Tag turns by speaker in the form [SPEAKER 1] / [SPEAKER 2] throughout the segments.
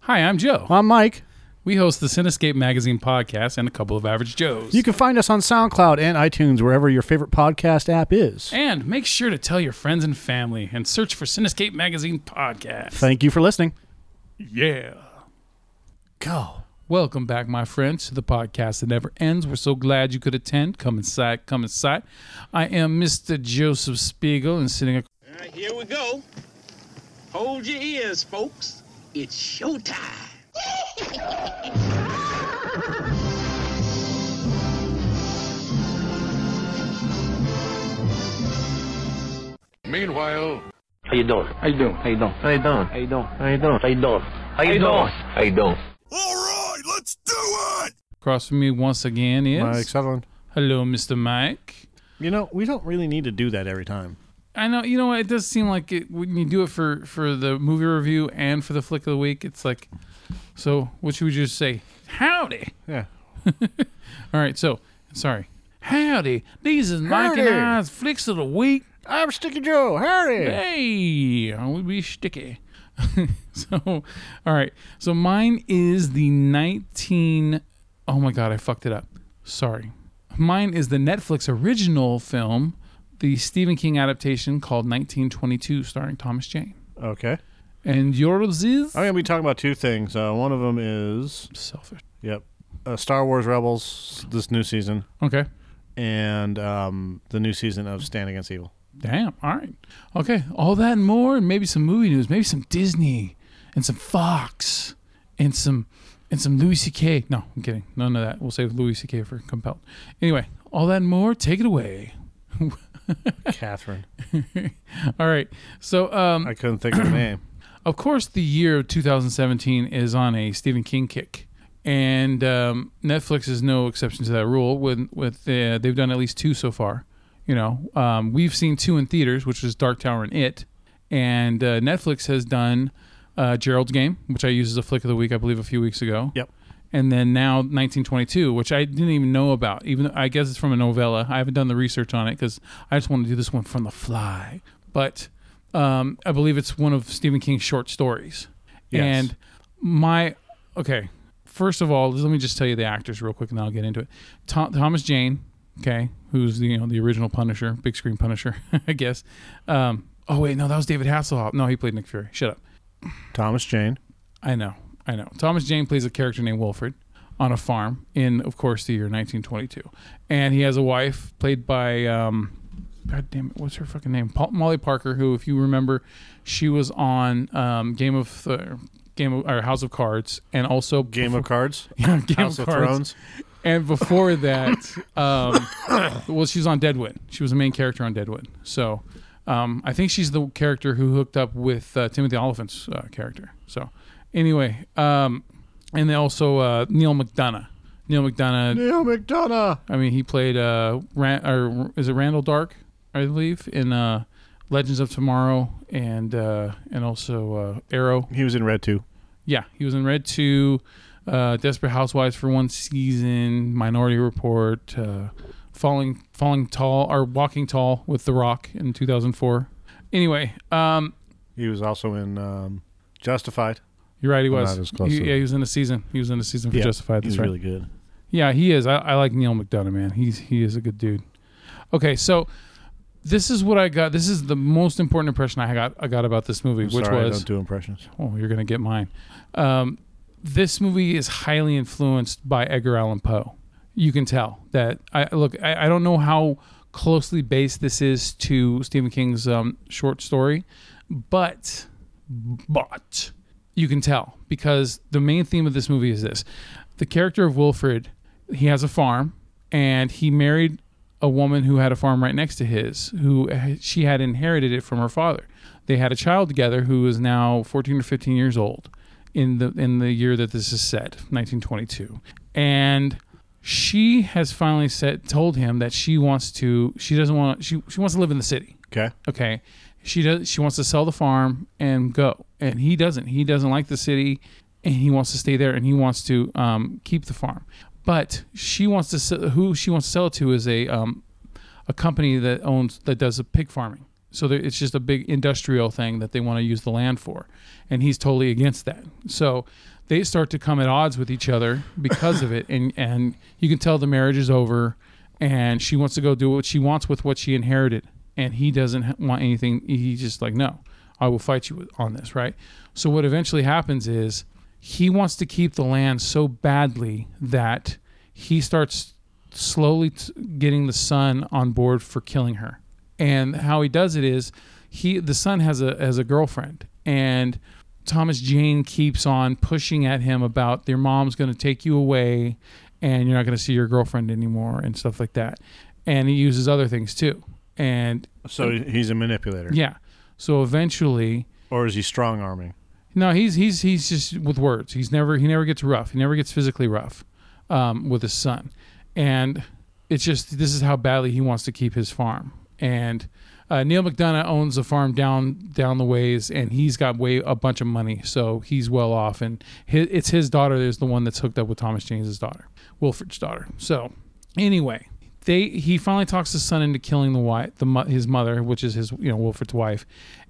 [SPEAKER 1] Hi, I'm Joe.
[SPEAKER 2] I'm Mike.
[SPEAKER 1] We host the Cinescape Magazine podcast and a couple of Average Joes.
[SPEAKER 2] You can find us on SoundCloud and iTunes, wherever your favorite podcast app is.
[SPEAKER 1] and make sure to tell your friends and family and search for Cinescape Magazine podcast.
[SPEAKER 2] Thank you for listening.
[SPEAKER 1] yeah.
[SPEAKER 2] Go.
[SPEAKER 1] Welcome back, my friends, to the podcast that never ends. We're so glad you could attend. Come inside, come inside. I am Mr. Joseph Spiegel, and sitting across
[SPEAKER 3] All right, here we go. Hold your ears, folks. It's showtime.
[SPEAKER 4] Meanwhile,
[SPEAKER 5] How you doing? How you doing? How you doing? How you doing? How you doing? How you doing? How you doing? How you doing? How you doing?
[SPEAKER 1] from me once again is
[SPEAKER 2] Mike Sutherland.
[SPEAKER 1] hello, Mr. Mike.
[SPEAKER 2] You know, we don't really need to do that every time.
[SPEAKER 1] I know you know what it does seem like it when you do it for for the movie review and for the flick of the week. It's like, so what should we just say? Howdy.
[SPEAKER 2] Yeah.
[SPEAKER 1] All right. So sorry. Howdy. These is Mike
[SPEAKER 2] Howdy.
[SPEAKER 1] and I's flicks of the week.
[SPEAKER 2] I'm Sticky Joe. Hurry.
[SPEAKER 1] Hey, we be sticky. so, all right. So mine is the 19. Oh my God, I fucked it up. Sorry. Mine is the Netflix original film, the Stephen King adaptation called 1922, starring Thomas Jane.
[SPEAKER 2] Okay.
[SPEAKER 1] And yours is
[SPEAKER 2] I'm going to be talking about two things. Uh, one of them is,
[SPEAKER 1] selfish.
[SPEAKER 2] yep, uh, Star Wars Rebels this new season,
[SPEAKER 1] Okay.
[SPEAKER 2] and um, the new season of Stand Against Evil.
[SPEAKER 1] Damn. All right. Okay. All that and more, and maybe some movie news, maybe some Disney, and some Fox, and some and some Louis C.K. No, I'm kidding. None of that. We'll save Louis C.K. for compelled. Anyway, all that and more. Take it away.
[SPEAKER 2] Catherine.
[SPEAKER 1] All right. So, um,
[SPEAKER 2] I couldn't think of the name.
[SPEAKER 1] of course, the year of 2017 is on a Stephen King kick, and um, Netflix is no exception to that rule. With with uh, they've done at least two so far. You know, um, we've seen two in theaters, which is Dark Tower and It, and uh, Netflix has done uh, Gerald's Game, which I used as a flick of the week, I believe, a few weeks ago.
[SPEAKER 2] Yep.
[SPEAKER 1] And then now 1922, which I didn't even know about. Even though- I guess it's from a novella. I haven't done the research on it because I just want to do this one from the fly. But um, I believe it's one of Stephen King's short stories.
[SPEAKER 2] Yes.
[SPEAKER 1] And my okay, first of all, let me just tell you the actors real quick, and then I'll get into it. Tho- Thomas Jane, okay, who's the you know the original Punisher, big screen Punisher, I guess. Um, oh wait, no, that was David Hasselhoff. No, he played Nick Fury. Shut up.
[SPEAKER 2] Thomas Jane.
[SPEAKER 1] I know, I know. Thomas Jane plays a character named Wilfred on a farm in, of course, the year 1922, and he has a wife played by, um, God damn it, what's her fucking name? Paul, Molly Parker, who, if you remember, she was on um, Game of uh, Game of, or House of Cards, and also
[SPEAKER 2] Game of Cards.
[SPEAKER 1] Game of
[SPEAKER 2] House of
[SPEAKER 1] Cards.
[SPEAKER 2] Thrones.
[SPEAKER 1] And before that, um, well, she's on Deadwood. She was a main character on Deadwood. So um, I think she's the character who hooked up with uh, Timothy Oliphant's uh, character. So anyway, um, and then also uh, Neil McDonough. Neil McDonough.
[SPEAKER 2] Neil McDonough.
[SPEAKER 1] I mean, he played uh, Ran- or is it Randall Dark? I believe in uh, Legends of Tomorrow and uh, and also uh, Arrow.
[SPEAKER 2] He was in Red 2.
[SPEAKER 1] Yeah, he was in Red Two, uh, Desperate Housewives for one season, Minority Report, uh, Falling Falling Tall or Walking Tall with The Rock in 2004. Anyway, um,
[SPEAKER 2] He was also in um, Justified.
[SPEAKER 1] you're right, he was.
[SPEAKER 2] not as close
[SPEAKER 1] He-
[SPEAKER 2] to-
[SPEAKER 1] yeah, he was in a season. He was in a season for Justified. That's
[SPEAKER 2] He's
[SPEAKER 1] right.
[SPEAKER 2] really good.
[SPEAKER 1] Yeah, he is. I, I like Neil McDonough, man. He's he is a good dude. Okay, so this is what I got. This is the most important impression I got. I got about this movie, which
[SPEAKER 2] Sorry, I
[SPEAKER 1] was
[SPEAKER 2] don't do impressions.
[SPEAKER 1] Oh, you're gonna get mine. Um, this movie is highly influenced by Edgar Allan Poe. You can tell that. I look. I, I don't know how closely based this is to Stephen King's um, short story, but but you can tell because the main theme of this movie is this: the character of Wilfred. He has a farm, and he married a woman who had a farm right next to his, who she had inherited it from her father. They had a child together who is now 14 or 15 years old in the in the year that this is set, 1922, and she has finally said told him that she wants to she doesn't want she she wants to live in the city
[SPEAKER 2] Okay.
[SPEAKER 1] okay she does she wants to sell the farm and go and he doesn't he doesn't like the city and he wants to stay there and he wants to um, keep the farm but she wants to sell, who she wants to sell it to is a um, a company that owns that does a pig farming so there, it's just a big industrial thing that they want to use the land for and he's totally against that so they start to come at odds with each other because of it, and and you can tell the marriage is over, and she wants to go do what she wants with what she inherited, and he doesn't ha- want anything. He's just like, no, I will fight you with- on this, right? So what eventually happens is he wants to keep the land so badly that he starts slowly t- getting the son on board for killing her. And how he does it is he the son has a has a girlfriend and Thomas Jane keeps on pushing at him about your mom's going to take you away and you're not going to see your girlfriend anymore and stuff like that. And he uses other things too. And
[SPEAKER 2] So he's a manipulator,
[SPEAKER 1] yeah. So eventually
[SPEAKER 2] or is he strong arming?
[SPEAKER 1] no, he's he's he's just with words. He's never he never gets rough. He never gets physically rough um, with his son, and it's just this is how badly he wants to keep his farm. And uh, Neil McDonough owns a farm down down the ways, and he's got way a bunch of money, so he's well off. And his, it's his daughter is the one that's hooked up with Thomas James's daughter, Wilfred's daughter. So anyway, they he finally talks his son into killing the wife, the mo- his mother, which is his you know Wilfred's wife,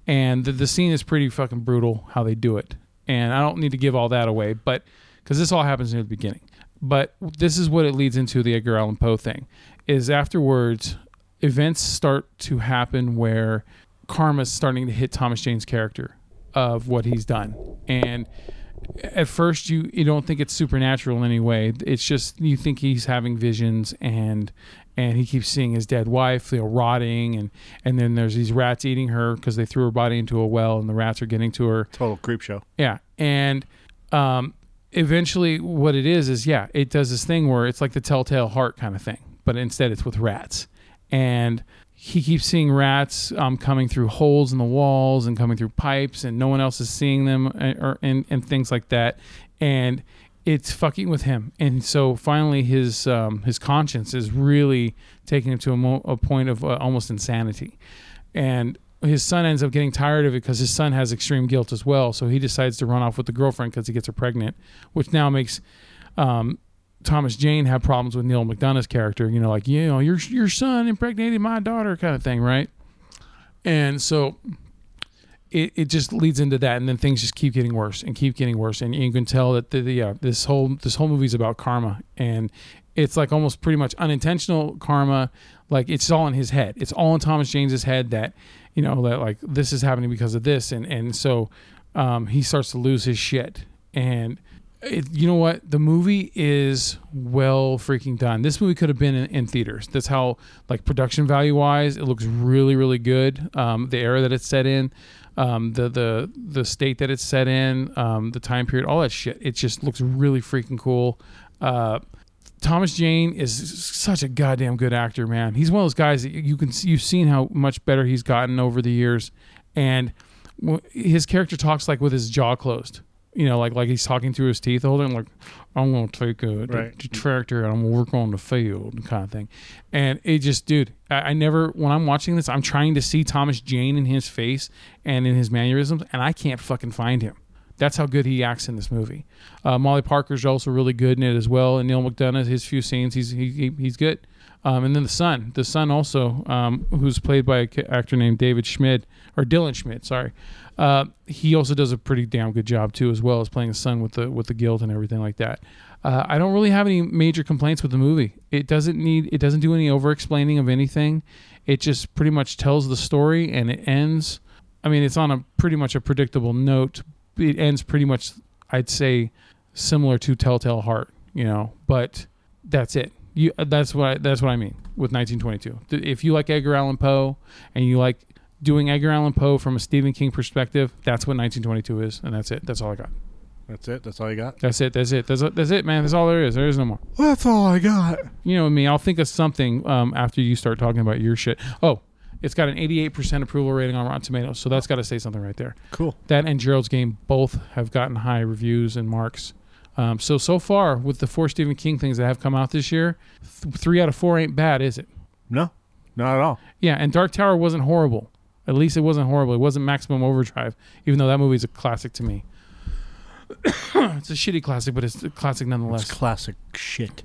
[SPEAKER 1] and the, the scene is pretty fucking brutal how they do it. And I don't need to give all that away, but because this all happens near the beginning. But this is what it leads into the Edgar Allan Poe thing, is afterwards events start to happen where karma's starting to hit Thomas Jane's character of what he's done and at first you you don't think it's supernatural in any way. It's just you think he's having visions and and he keeps seeing his dead wife, you know, rotting and and then there's these rats eating her because they threw her body into a well and the rats are getting to her.
[SPEAKER 2] Total creep show.
[SPEAKER 1] Yeah, and um, eventually, what it is is yeah, it does this thing where it's like the telltale heart kind of thing, but instead it's with rats, and he keeps seeing rats um, coming through holes in the walls and coming through pipes, and no one else is seeing them, and, or, and and things like that, and it's fucking with him, and so finally his um, his conscience is really taking him to a, mo- a point of uh, almost insanity, and his son ends up getting tired of it because his son has extreme guilt as well. So he decides to run off with the girlfriend because he gets her pregnant, which now makes um, Thomas Jane have problems with Neil McDonough's character. You know, like you know your your son impregnated my daughter kind of thing, right? And so it, it just leads into that, and then things just keep getting worse and keep getting worse, and you can tell that the, the uh, this whole this whole movie's about karma, and it's like almost pretty much unintentional karma. Like it's all in his head. It's all in Thomas James's head that you know that like this is happening because of this, and and so um, he starts to lose his shit. And it, you know what? The movie is well freaking done. This movie could have been in, in theaters. That's how like production value wise, it looks really really good. Um, the era that it's set in, um, the the the state that it's set in, um, the time period, all that shit. It just looks really freaking cool. Uh, Thomas Jane is such a goddamn good actor, man. He's one of those guys that you can you've seen how much better he's gotten over the years, and w- his character talks like with his jaw closed. You know, like like he's talking through his teeth, holding like I'm gonna take a
[SPEAKER 2] Right.
[SPEAKER 1] t- tractor and I'm gonna work on the field kind of thing. And it just, dude, I, I never when I'm watching this, I'm trying to see Thomas Jane in his face and in his mannerisms, and I can't fucking find him. That's how good he acts in this movie. Uh, Molly Parker's also really good in it as well, and Neil McDonough, his few scenes, he's he, he, he's good. Um, and then the son, the son also, um, who's played by an actor named David Schmidt or Dylan Schmidt, sorry. Uh, he also does a pretty damn good job too, as well as playing his son with the with the guilt and everything like that. Uh, I don't really have any major complaints with the movie. It doesn't need it doesn't do any over explaining of anything. It just pretty much tells the story and it ends. I mean, it's on a pretty much a predictable note. It ends pretty much, I'd say, similar to Telltale Heart, you know. But that's it. You that's what I, that's what I mean with 1922. Th- If you like Edgar Allan Poe and you like doing Edgar Allan Poe from a Stephen King perspective, that's what 1922 is, and that's it. That's all I got.
[SPEAKER 2] That's it. That's all you got.
[SPEAKER 1] That's it. That's it. That's that's it, man. That's all there is. There is no more.
[SPEAKER 2] That's all I got.
[SPEAKER 1] You know me. I'll think of something um, after you start talking about your shit. Oh, it's got an 88% approval rating on Rotten Tomatoes, so that's got to say something right there.
[SPEAKER 2] Cool.
[SPEAKER 1] That and Gerald's Game both have gotten high reviews and marks. Um, so so far with the four Stephen King things that have come out this year, th- three out of four ain't bad, is it?
[SPEAKER 2] No, not at all.
[SPEAKER 1] Yeah, and Dark Tower wasn't horrible. At least it wasn't horrible. It wasn't Maximum Overdrive, even though that movie's a classic to me. it's a shitty classic, but it's a classic
[SPEAKER 2] That's
[SPEAKER 1] nonetheless.
[SPEAKER 2] classic shit.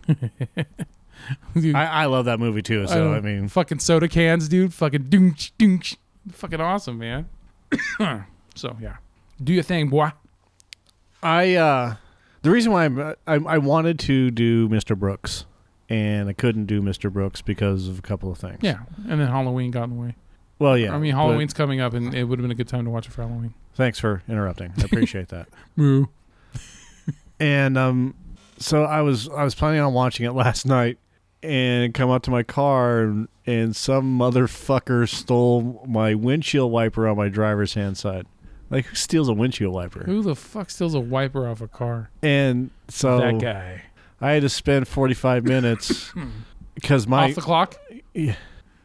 [SPEAKER 1] Dude,
[SPEAKER 2] I, I love that movie too. So
[SPEAKER 1] don't-
[SPEAKER 2] I mean,
[SPEAKER 1] fucking soda cans, dude. Fucking doonch doonch. Fucking awesome, man. so yeah, do your thing, boy.
[SPEAKER 2] I uh The reason why I'm, I, I wanted to do Mr. Brooks and I couldn't do Mr. Brooks because of a couple of things.
[SPEAKER 1] Yeah, and then Halloween got in the way.
[SPEAKER 2] Well, yeah.
[SPEAKER 1] I mean,
[SPEAKER 2] but
[SPEAKER 1] Halloween's coming up, and it would have been a good time to watch it for Halloween.
[SPEAKER 2] Thanks for interrupting. I appreciate that.
[SPEAKER 1] Moo.
[SPEAKER 2] and um, so I was I was planning on watching it last night, and come up to my car, and, and some motherfucker stole my windshield wiper on my driver's hand side. Like who steals a windshield wiper?
[SPEAKER 1] Who the fuck steals a wiper off a car?
[SPEAKER 2] And so
[SPEAKER 1] that guy.
[SPEAKER 2] I had to spend forty five minutes because my
[SPEAKER 1] off the clock?
[SPEAKER 2] Yeah.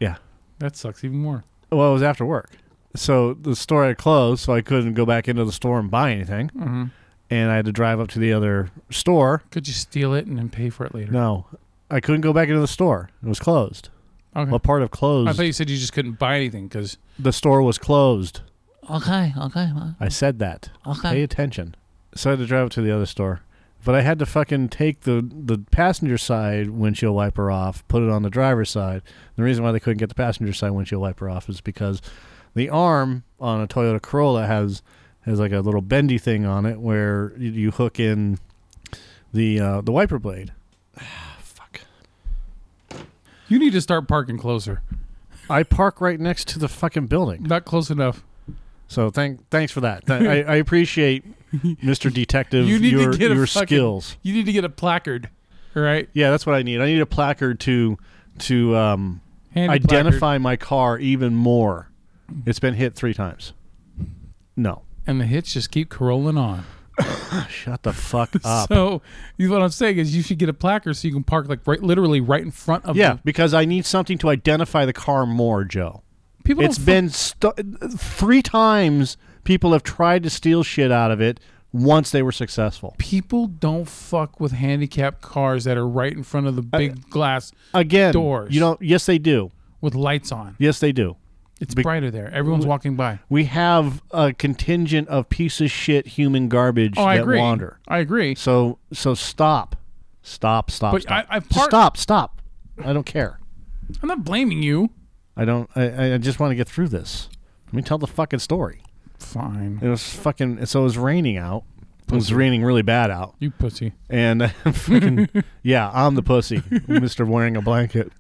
[SPEAKER 2] Yeah.
[SPEAKER 1] That sucks even more.
[SPEAKER 2] well it was after work, so the store had closed, so I couldn't go back into the store and buy anything,
[SPEAKER 1] hmm
[SPEAKER 2] and I had to drive up to the other store
[SPEAKER 1] Could you steal it and then pay for it later?
[SPEAKER 2] No, I couldn't go back into the store. It was closed.
[SPEAKER 1] Okay.
[SPEAKER 2] Well, part of
[SPEAKER 1] Hmm. I
[SPEAKER 2] closed.
[SPEAKER 1] thought you said you just couldn't buy anything because.
[SPEAKER 2] the store was closed.
[SPEAKER 1] Okay, okay.
[SPEAKER 2] I said that.
[SPEAKER 1] Okay.
[SPEAKER 2] Pay attention. So I had to drive up to the other store, but I had to fucking take the the passenger side windshield wiper off, put it on the driver's side. The reason why they couldn't get the passenger side windshield wiper off is because the arm on a Toyota Corolla has has like a little bendy thing on it where you, you hook in the uh, the wiper blade. Fuck.
[SPEAKER 1] You need to start parking closer.
[SPEAKER 2] I park right next to the fucking building.
[SPEAKER 1] Not close enough.
[SPEAKER 2] So thank thanks for that. Th- I, I appreciate Mr. Detective
[SPEAKER 1] You need to
[SPEAKER 2] your,
[SPEAKER 1] get a
[SPEAKER 2] your
[SPEAKER 1] fucking-
[SPEAKER 2] skills.
[SPEAKER 1] You need to get a placard, all right?
[SPEAKER 2] Yeah, that's what I need. I need a placard to to um,
[SPEAKER 1] Hand a placard.
[SPEAKER 2] identify my car even more. It's been hit three times. No,
[SPEAKER 1] And the hits just keep corolling on.
[SPEAKER 2] shut the fuck up.
[SPEAKER 1] So, you what I'm saying is you should get a placard so you can park like right, literally right in front of.
[SPEAKER 2] yeah,
[SPEAKER 1] the-
[SPEAKER 2] because I need something to identify the car more, Joe.
[SPEAKER 1] people.
[SPEAKER 2] It's
[SPEAKER 1] don't
[SPEAKER 2] been st- three times people have tried to steal shit out of it. Once they were successful.
[SPEAKER 1] people don't fuck with handicapped cars that are right in front of the big glass
[SPEAKER 2] Again,
[SPEAKER 1] Doors.
[SPEAKER 2] you don't. Yes, they do.
[SPEAKER 1] with lights on.
[SPEAKER 2] Yes, they do.
[SPEAKER 1] It's
[SPEAKER 2] Be-
[SPEAKER 1] brighter there. Everyone's walking by.
[SPEAKER 2] we have a contingent of piece of shit human garbage
[SPEAKER 1] Oh,
[SPEAKER 2] that
[SPEAKER 1] I agree.
[SPEAKER 2] wander.
[SPEAKER 1] I agree.
[SPEAKER 2] So so stop, stop, stop,
[SPEAKER 1] But
[SPEAKER 2] stop.
[SPEAKER 1] I- I've
[SPEAKER 2] Just
[SPEAKER 1] part-
[SPEAKER 2] stop, stop. I don't care.
[SPEAKER 1] I'm not blaming you.
[SPEAKER 2] I don't. I, I- I just want to get through this. Let me tell the fucking story.
[SPEAKER 1] Fine.
[SPEAKER 2] It was fucking. So it was raining out. It was raining really bad out,
[SPEAKER 1] You pussy.
[SPEAKER 2] and fucking yeah, I'm the pussy, Mister wearing a blanket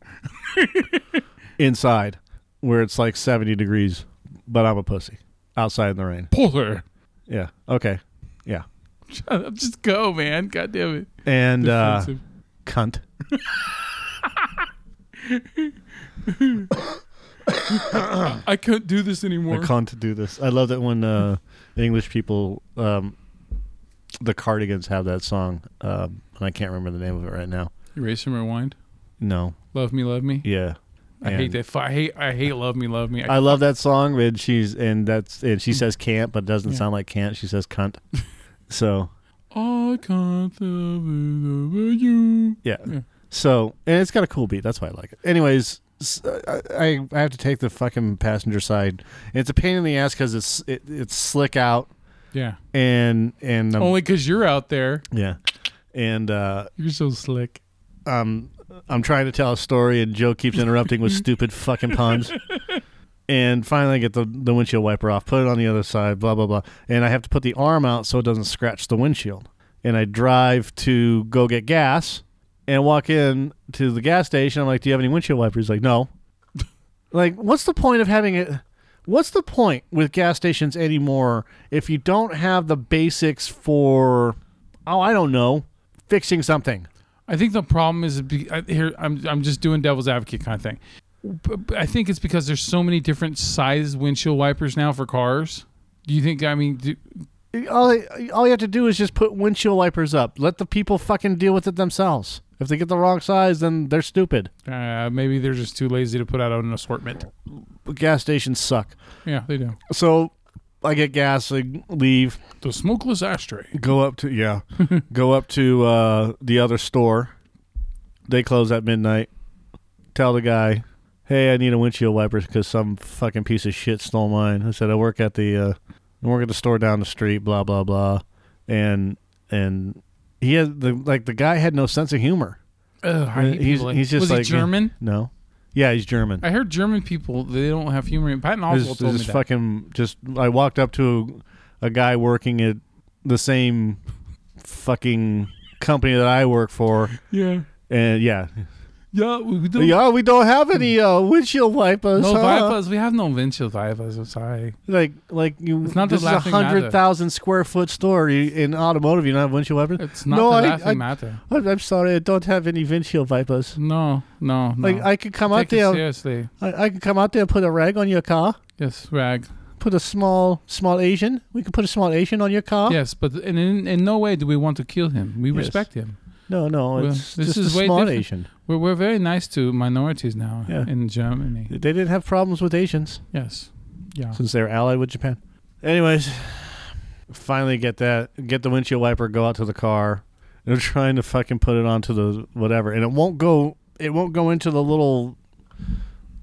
[SPEAKER 2] inside, where it's like 70 degrees, but I'm a pussy outside in the rain.
[SPEAKER 1] Puller.
[SPEAKER 2] Yeah. Okay. Yeah.
[SPEAKER 1] Shut up. Just go, man. God damn it.
[SPEAKER 2] and uh,
[SPEAKER 1] Offensive.
[SPEAKER 2] cunt.
[SPEAKER 1] I couldn't do this
[SPEAKER 2] I
[SPEAKER 1] anymore.
[SPEAKER 2] cunt do this. I love that when uh, English people, um, the Cardigans have that song, um, and I can't remember the name of it right now.
[SPEAKER 1] Erase and rewind.
[SPEAKER 2] No,
[SPEAKER 1] Love me, love me.
[SPEAKER 2] yeah,
[SPEAKER 1] I hate
[SPEAKER 2] And
[SPEAKER 1] that. fi- I hate. I hate. Love me, love me. I,
[SPEAKER 2] I love that song, and she's and that's and she says can't, but it doesn't
[SPEAKER 1] Yeah.
[SPEAKER 2] sound like can't. She says cunt. so
[SPEAKER 1] I can't love over you.
[SPEAKER 2] yeah.
[SPEAKER 1] Yeah.
[SPEAKER 2] so and it's got a cool beat. That's why I like it. Anyways. s- I, I I have to take the fucking passenger side. It's a pain in the ass because it's it, it's slick out
[SPEAKER 1] Yeah.
[SPEAKER 2] and and um,
[SPEAKER 1] Only because you're out there.
[SPEAKER 2] Yeah. And uh,
[SPEAKER 1] You're so slick.
[SPEAKER 2] um, I'm trying to tell a story, and Joe keeps interrupting with stupid fucking puns. And finally, I get the, the windshield wiper off, put it on the other side, blah, blah, blah. And I have to put the arm out so it doesn't scratch the windshield. And I drive to go get gas and walk in to the gas station. I'm like, Do you have any windshield wipers? He's like, No. like, what's the point of having it? What's the point with gas stations anymore if you don't have the basics for, oh, I don't know, fixing something?
[SPEAKER 1] I think the problem is be- I- here. I'm I'm just doing devil's advocate kind of thing. B- b- I think it's because there's so many different size windshield wipers now for cars. Do you think? I mean, do,
[SPEAKER 2] all all you have to do is just put windshield wipers up. Let the people fucking deal with it themselves. If they get the wrong size, then they're stupid.
[SPEAKER 1] uh, maybe they're just too lazy to put out an assortment.
[SPEAKER 2] But gas stations suck.
[SPEAKER 1] Yeah, they do.
[SPEAKER 2] So I get gas, I leave,
[SPEAKER 1] The smokeless ashtray.
[SPEAKER 2] go up to yeah, go up to uh, the other store. They close at midnight. Tell the guy, hey, I need a windshield wiper because some fucking piece of shit stole mine. I said I work at the uh, I work at the store down the street. Blah blah blah, and and he had the like the guy had no sense of humor.
[SPEAKER 1] Ugh, I hate
[SPEAKER 2] Uh, he's-
[SPEAKER 1] people like-
[SPEAKER 2] he's just
[SPEAKER 1] was
[SPEAKER 2] like-
[SPEAKER 1] he German.
[SPEAKER 2] No. Yeah, he's German.
[SPEAKER 1] I heard German people they don't have humor. Patton Oswalt
[SPEAKER 2] This,
[SPEAKER 1] told
[SPEAKER 2] this
[SPEAKER 1] me
[SPEAKER 2] is
[SPEAKER 1] that.
[SPEAKER 2] fucking just. I walked up to a, guy working at the same fucking company that I work for.
[SPEAKER 1] Yeah.
[SPEAKER 2] And yeah,
[SPEAKER 1] Yeah, we do.
[SPEAKER 2] yeah, we don't have any uh, windshield wipers.
[SPEAKER 1] No
[SPEAKER 2] huh?
[SPEAKER 1] vipers. We have no windshield vipers. I'm sorry.
[SPEAKER 2] Like, like you.
[SPEAKER 1] It's not the
[SPEAKER 2] this is a
[SPEAKER 1] laughing
[SPEAKER 2] hundred thousand square foot store you, in automotive. You don't have windshield wipers.
[SPEAKER 1] It's not
[SPEAKER 2] no,
[SPEAKER 1] the
[SPEAKER 2] I,
[SPEAKER 1] laughing
[SPEAKER 2] I,
[SPEAKER 1] matter.
[SPEAKER 2] I'm I'm sorry, I don't have any windshield wipers.
[SPEAKER 1] No, no, no.
[SPEAKER 2] Like, I could come out
[SPEAKER 1] Take it
[SPEAKER 2] there.
[SPEAKER 1] seriously.
[SPEAKER 2] I, I could come out there, and put a rag on your car.
[SPEAKER 1] Yes, rag.
[SPEAKER 2] Put a small, small Asian. We could put a small Asian on your car.
[SPEAKER 1] Yes, but in, in in no way do we want to kill him. We
[SPEAKER 2] Yes.
[SPEAKER 1] respect him.
[SPEAKER 2] No, no,
[SPEAKER 1] Well,
[SPEAKER 2] it's
[SPEAKER 1] this
[SPEAKER 2] just
[SPEAKER 1] is
[SPEAKER 2] a
[SPEAKER 1] way
[SPEAKER 2] small
[SPEAKER 1] different.
[SPEAKER 2] Asian.
[SPEAKER 1] We're we're very nice to minorities now
[SPEAKER 2] Yeah.
[SPEAKER 1] in Germany.
[SPEAKER 2] They didn't have problems with Asians
[SPEAKER 1] Yes. Yeah.
[SPEAKER 2] since they're allied with Japan. Anyways, finally get that, get the windshield wiper, go out to the car. They're trying to fucking put it onto the whatever, and it won't go. It won't go into the little,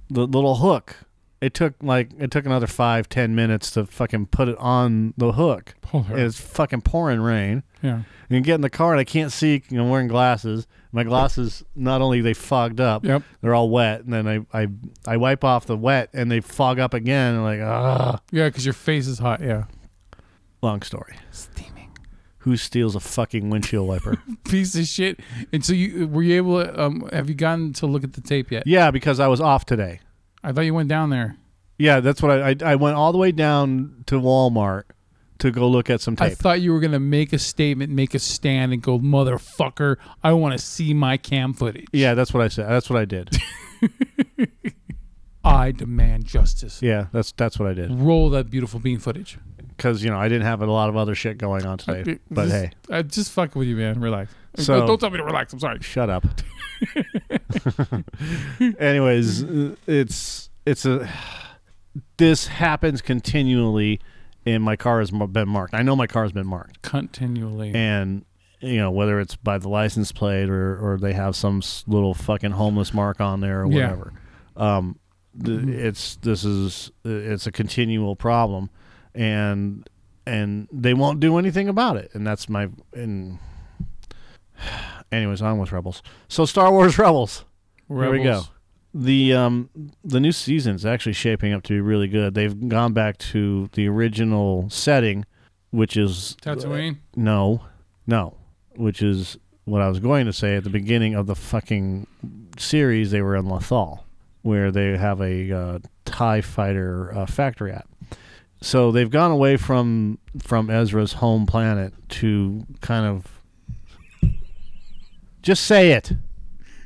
[SPEAKER 2] the little hook. It took like it took another five ten minutes to fucking put it on the hook. And
[SPEAKER 1] Polar.
[SPEAKER 2] it's fucking pouring rain.
[SPEAKER 1] Yeah.
[SPEAKER 2] And you get in the car and I can't see. 'cause I'm wearing glasses. My glasses not only they fogged up,
[SPEAKER 1] Yep.
[SPEAKER 2] they're all wet, and then I, I I wipe off the wet, and they fog up again. And like, ah,
[SPEAKER 1] Yeah, because your face is hot. Yeah.
[SPEAKER 2] long story.
[SPEAKER 1] Steaming.
[SPEAKER 2] Who steals a fucking windshield wiper?
[SPEAKER 1] Piece of shit. And so you were you able to um have you gotten to look at the tape yet?
[SPEAKER 2] yeah, because I was off today.
[SPEAKER 1] I thought you went down there.
[SPEAKER 2] Yeah, that's what I, I I went all the way down to Walmart to go look at some
[SPEAKER 1] I
[SPEAKER 2] tape.
[SPEAKER 1] thought you were gonna make a statement, make a stand, and go, motherfucker, I want to see my cam footage.
[SPEAKER 2] yeah, that's what I said. That's what I did.
[SPEAKER 1] I demand justice.
[SPEAKER 2] yeah, that's that's what I did.
[SPEAKER 1] Roll that beautiful bean footage.
[SPEAKER 2] Because you know I didn't have a lot of other shit going on today. But
[SPEAKER 1] Just-
[SPEAKER 2] hey,
[SPEAKER 1] I just fuck with you, man. Relax. Uh,
[SPEAKER 2] So-
[SPEAKER 1] don't, don't tell me to relax. I'm sorry.
[SPEAKER 2] shut up. Anyways, it's it's a this happens continually, and my car has m- been marked. I know my car has been marked,
[SPEAKER 1] Continually.
[SPEAKER 2] and you know whether it's by the license plate or or they have some s- little fucking homeless mark on there or
[SPEAKER 1] Yeah. Mm-hmm.
[SPEAKER 2] whatever. Um, th- it's this is it's a continual problem, and and they won't do anything about it, and that's my and. Anyways, on with Rebels. So Star Wars Rebels. Here we go.
[SPEAKER 1] Rebels.
[SPEAKER 2] The um the new season is actually shaping up to be really good. They've gone back to the original setting, which is
[SPEAKER 1] Tatooine.
[SPEAKER 2] no, no, which is what I was going to say at the beginning of the fucking series. They were in Lothal, where they have a uh, Tie Fighter uh, factory at. So they've gone away from from Ezra's home planet to kind of just say it.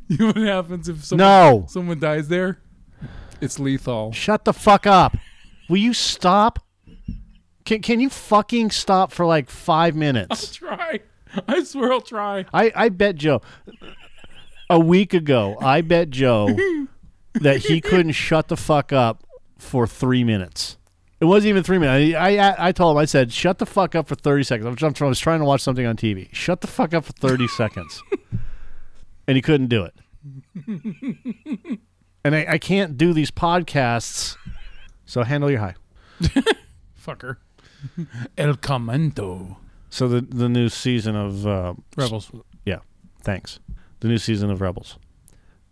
[SPEAKER 1] You know what happens if someone,
[SPEAKER 2] No.
[SPEAKER 1] someone dies there? It's lethal.
[SPEAKER 2] Shut the fuck up. Will you stop? Can can you fucking stop for like five minutes?
[SPEAKER 1] Try. I swear I'll try.
[SPEAKER 2] I, I bet Joe a week ago, I bet Joe that he couldn't shut the fuck up for three minutes. It wasn't even three minutes. I, I I told him I said shut the fuck up for thirty seconds. I'm, I'm, I was trying to watch something on TV. Shut the fuck up for thirty seconds, and he couldn't do it. and I, I can't do these podcasts, so handle your high.
[SPEAKER 1] Fucker. El Comando.
[SPEAKER 2] So the the new season of uh,
[SPEAKER 1] Rebels.
[SPEAKER 2] yeah, thanks. The new season of Rebels,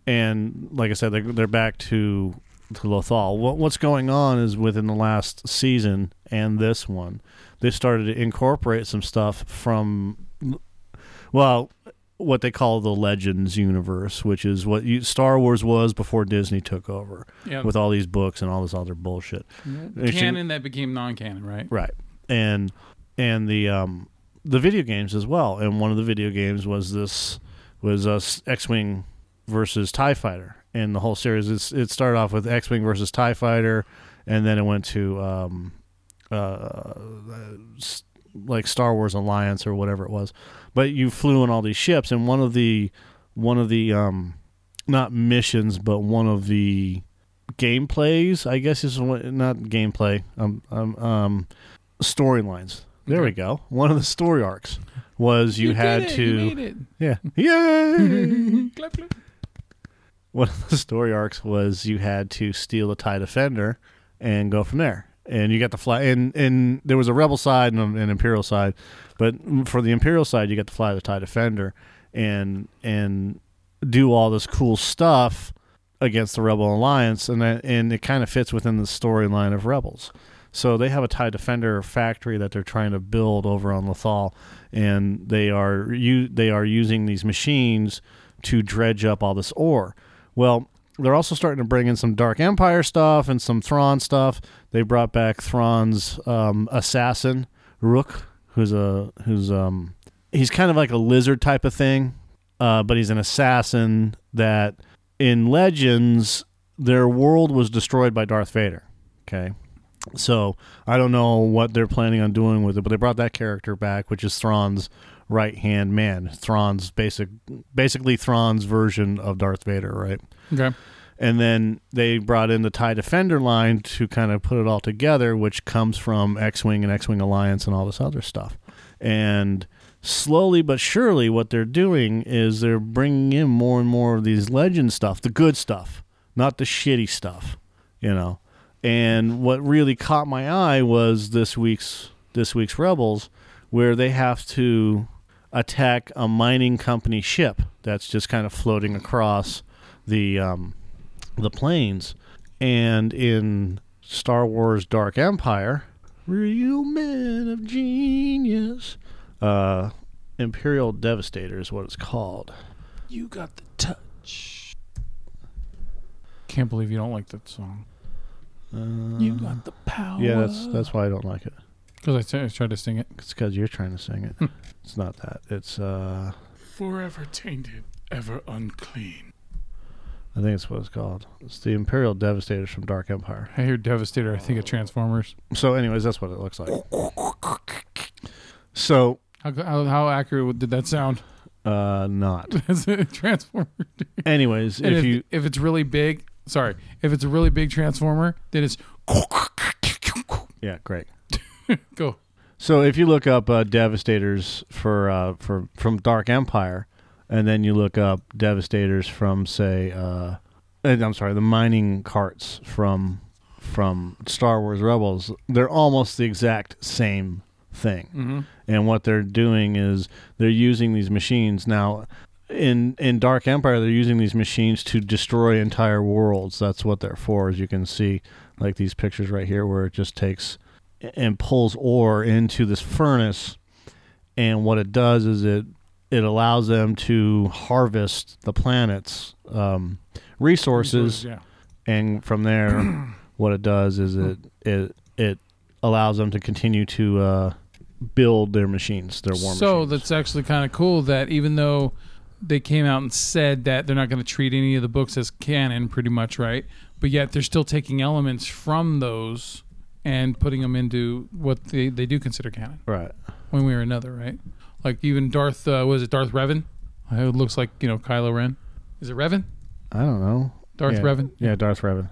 [SPEAKER 2] and like I said, they're they're back to to Lothal. What what's going on is within the last season and this one, they started to incorporate some stuff from, well, what they call the Legends universe, which is what you, Star Wars was before Disney took over
[SPEAKER 1] Yeah. Mm-hmm.
[SPEAKER 2] with all these books and all this other bullshit.
[SPEAKER 1] canon that became non canon, right?
[SPEAKER 2] Right. And and the um the video games as well. And one of the video games was this was us X-wing versus Tie Fighter. And the whole series it's, it started off with X-wing versus Tie Fighter, and then it went to um uh s- like Star Wars Alliance or whatever it was. But you flew in all these ships, and one of the one of the um not missions, but one of the gameplays, I guess is what, not gameplay. Um, um, um storylines. There
[SPEAKER 1] Okay.
[SPEAKER 2] we go. One of the story arcs was you,
[SPEAKER 1] did
[SPEAKER 2] had
[SPEAKER 1] it,
[SPEAKER 2] to
[SPEAKER 1] You made it.
[SPEAKER 2] yeah yay.
[SPEAKER 1] Clap, clap.
[SPEAKER 2] One of the story arcs was you had to steal a tie defender and go from there. And you got to fly, and, and there was a rebel side and an imperial side, but for the imperial side, you got to fly the tie defender and and do all this cool stuff against the rebel alliance, and that, and it kind of fits within the storyline of rebels. So they have a tie defender factory that they're trying to build over on Lethal, and they are you they are using these machines to dredge up all this ore. Well, they're also starting to bring in some Dark Empire stuff and some Thrawn stuff. They brought back Thrawn's um, assassin Rook, who's a who's um he's kind of like a lizard type of thing, uh, but he's an assassin that in Legends their world was destroyed by Darth Vader. Okay. So I don't know what they're planning on doing with it, but they brought that character back, which is Thrawn's right hand man. Thrawn's basic, basically Thrawn's version of Darth Vader, right?
[SPEAKER 1] Okay.
[SPEAKER 2] And then they brought in the TIE Defender line to kind of put it all together, which comes from X Wing and X Wing Alliance and all this other stuff. And slowly but surely, what they're doing is they're bringing in more and more of these legend stuff, the good stuff, not the shitty stuff, you know. And what really caught my eye was this week's this week's Rebels, where they have to attack a mining company ship that's just kind of floating across the um, the planes. And in Star Wars Dark Empire, real men of genius, uh, Imperial Devastator is what it's called.
[SPEAKER 1] You got the touch. Can't believe you don't like that song. you got the power.
[SPEAKER 2] Uh, Yeah, that's that's why I don't like it.
[SPEAKER 1] because I t- I tried to sing it.
[SPEAKER 2] It's because you're trying to sing it. it's not that. It's uh,
[SPEAKER 1] Forever tainted, ever unclean.
[SPEAKER 2] I think it's what it's called. It's the Imperial Devastators from Dark Empire.
[SPEAKER 1] I hear Devastator. I think of Transformers.
[SPEAKER 2] So, anyways, that's what it looks like. So,
[SPEAKER 1] How how, how accurate did that sound?
[SPEAKER 2] uh, not.
[SPEAKER 1] As a Transformer.
[SPEAKER 2] Anyways,
[SPEAKER 1] And
[SPEAKER 2] if you
[SPEAKER 1] if it's really big, sorry, if it's a really big Transformer, then it's
[SPEAKER 2] yeah, great.
[SPEAKER 1] go.
[SPEAKER 2] So if you look up uh, Devastators for uh, for from Dark Empire, and then you look up Devastators from say, uh, and I'm sorry, the mining carts from from Star Wars Rebels, they're almost the exact same thing. And what they're doing is they're using these machines now. In in Dark Empire, they're using these machines to destroy entire worlds. That's what they're for, as you can see, like these pictures right here, where it just takes and pulls ore into this furnace and what it does is it it allows them to harvest the planet's um, resources
[SPEAKER 1] Yeah.
[SPEAKER 2] and from there what it does is it it it allows them to continue to uh, build their machines their war
[SPEAKER 1] so
[SPEAKER 2] machines.
[SPEAKER 1] that's actually kind of cool that even though they came out and said that they're not going to treat any of the books as canon pretty much right but yet they're still taking elements from those and putting them into what they, they do consider canon
[SPEAKER 2] right
[SPEAKER 1] one way or another right like even darth uh, was it darth revan Uh, it looks like you know kylo ren is it revan
[SPEAKER 2] i don't know
[SPEAKER 1] Darth
[SPEAKER 2] yeah.
[SPEAKER 1] Revan?
[SPEAKER 2] yeah darth revan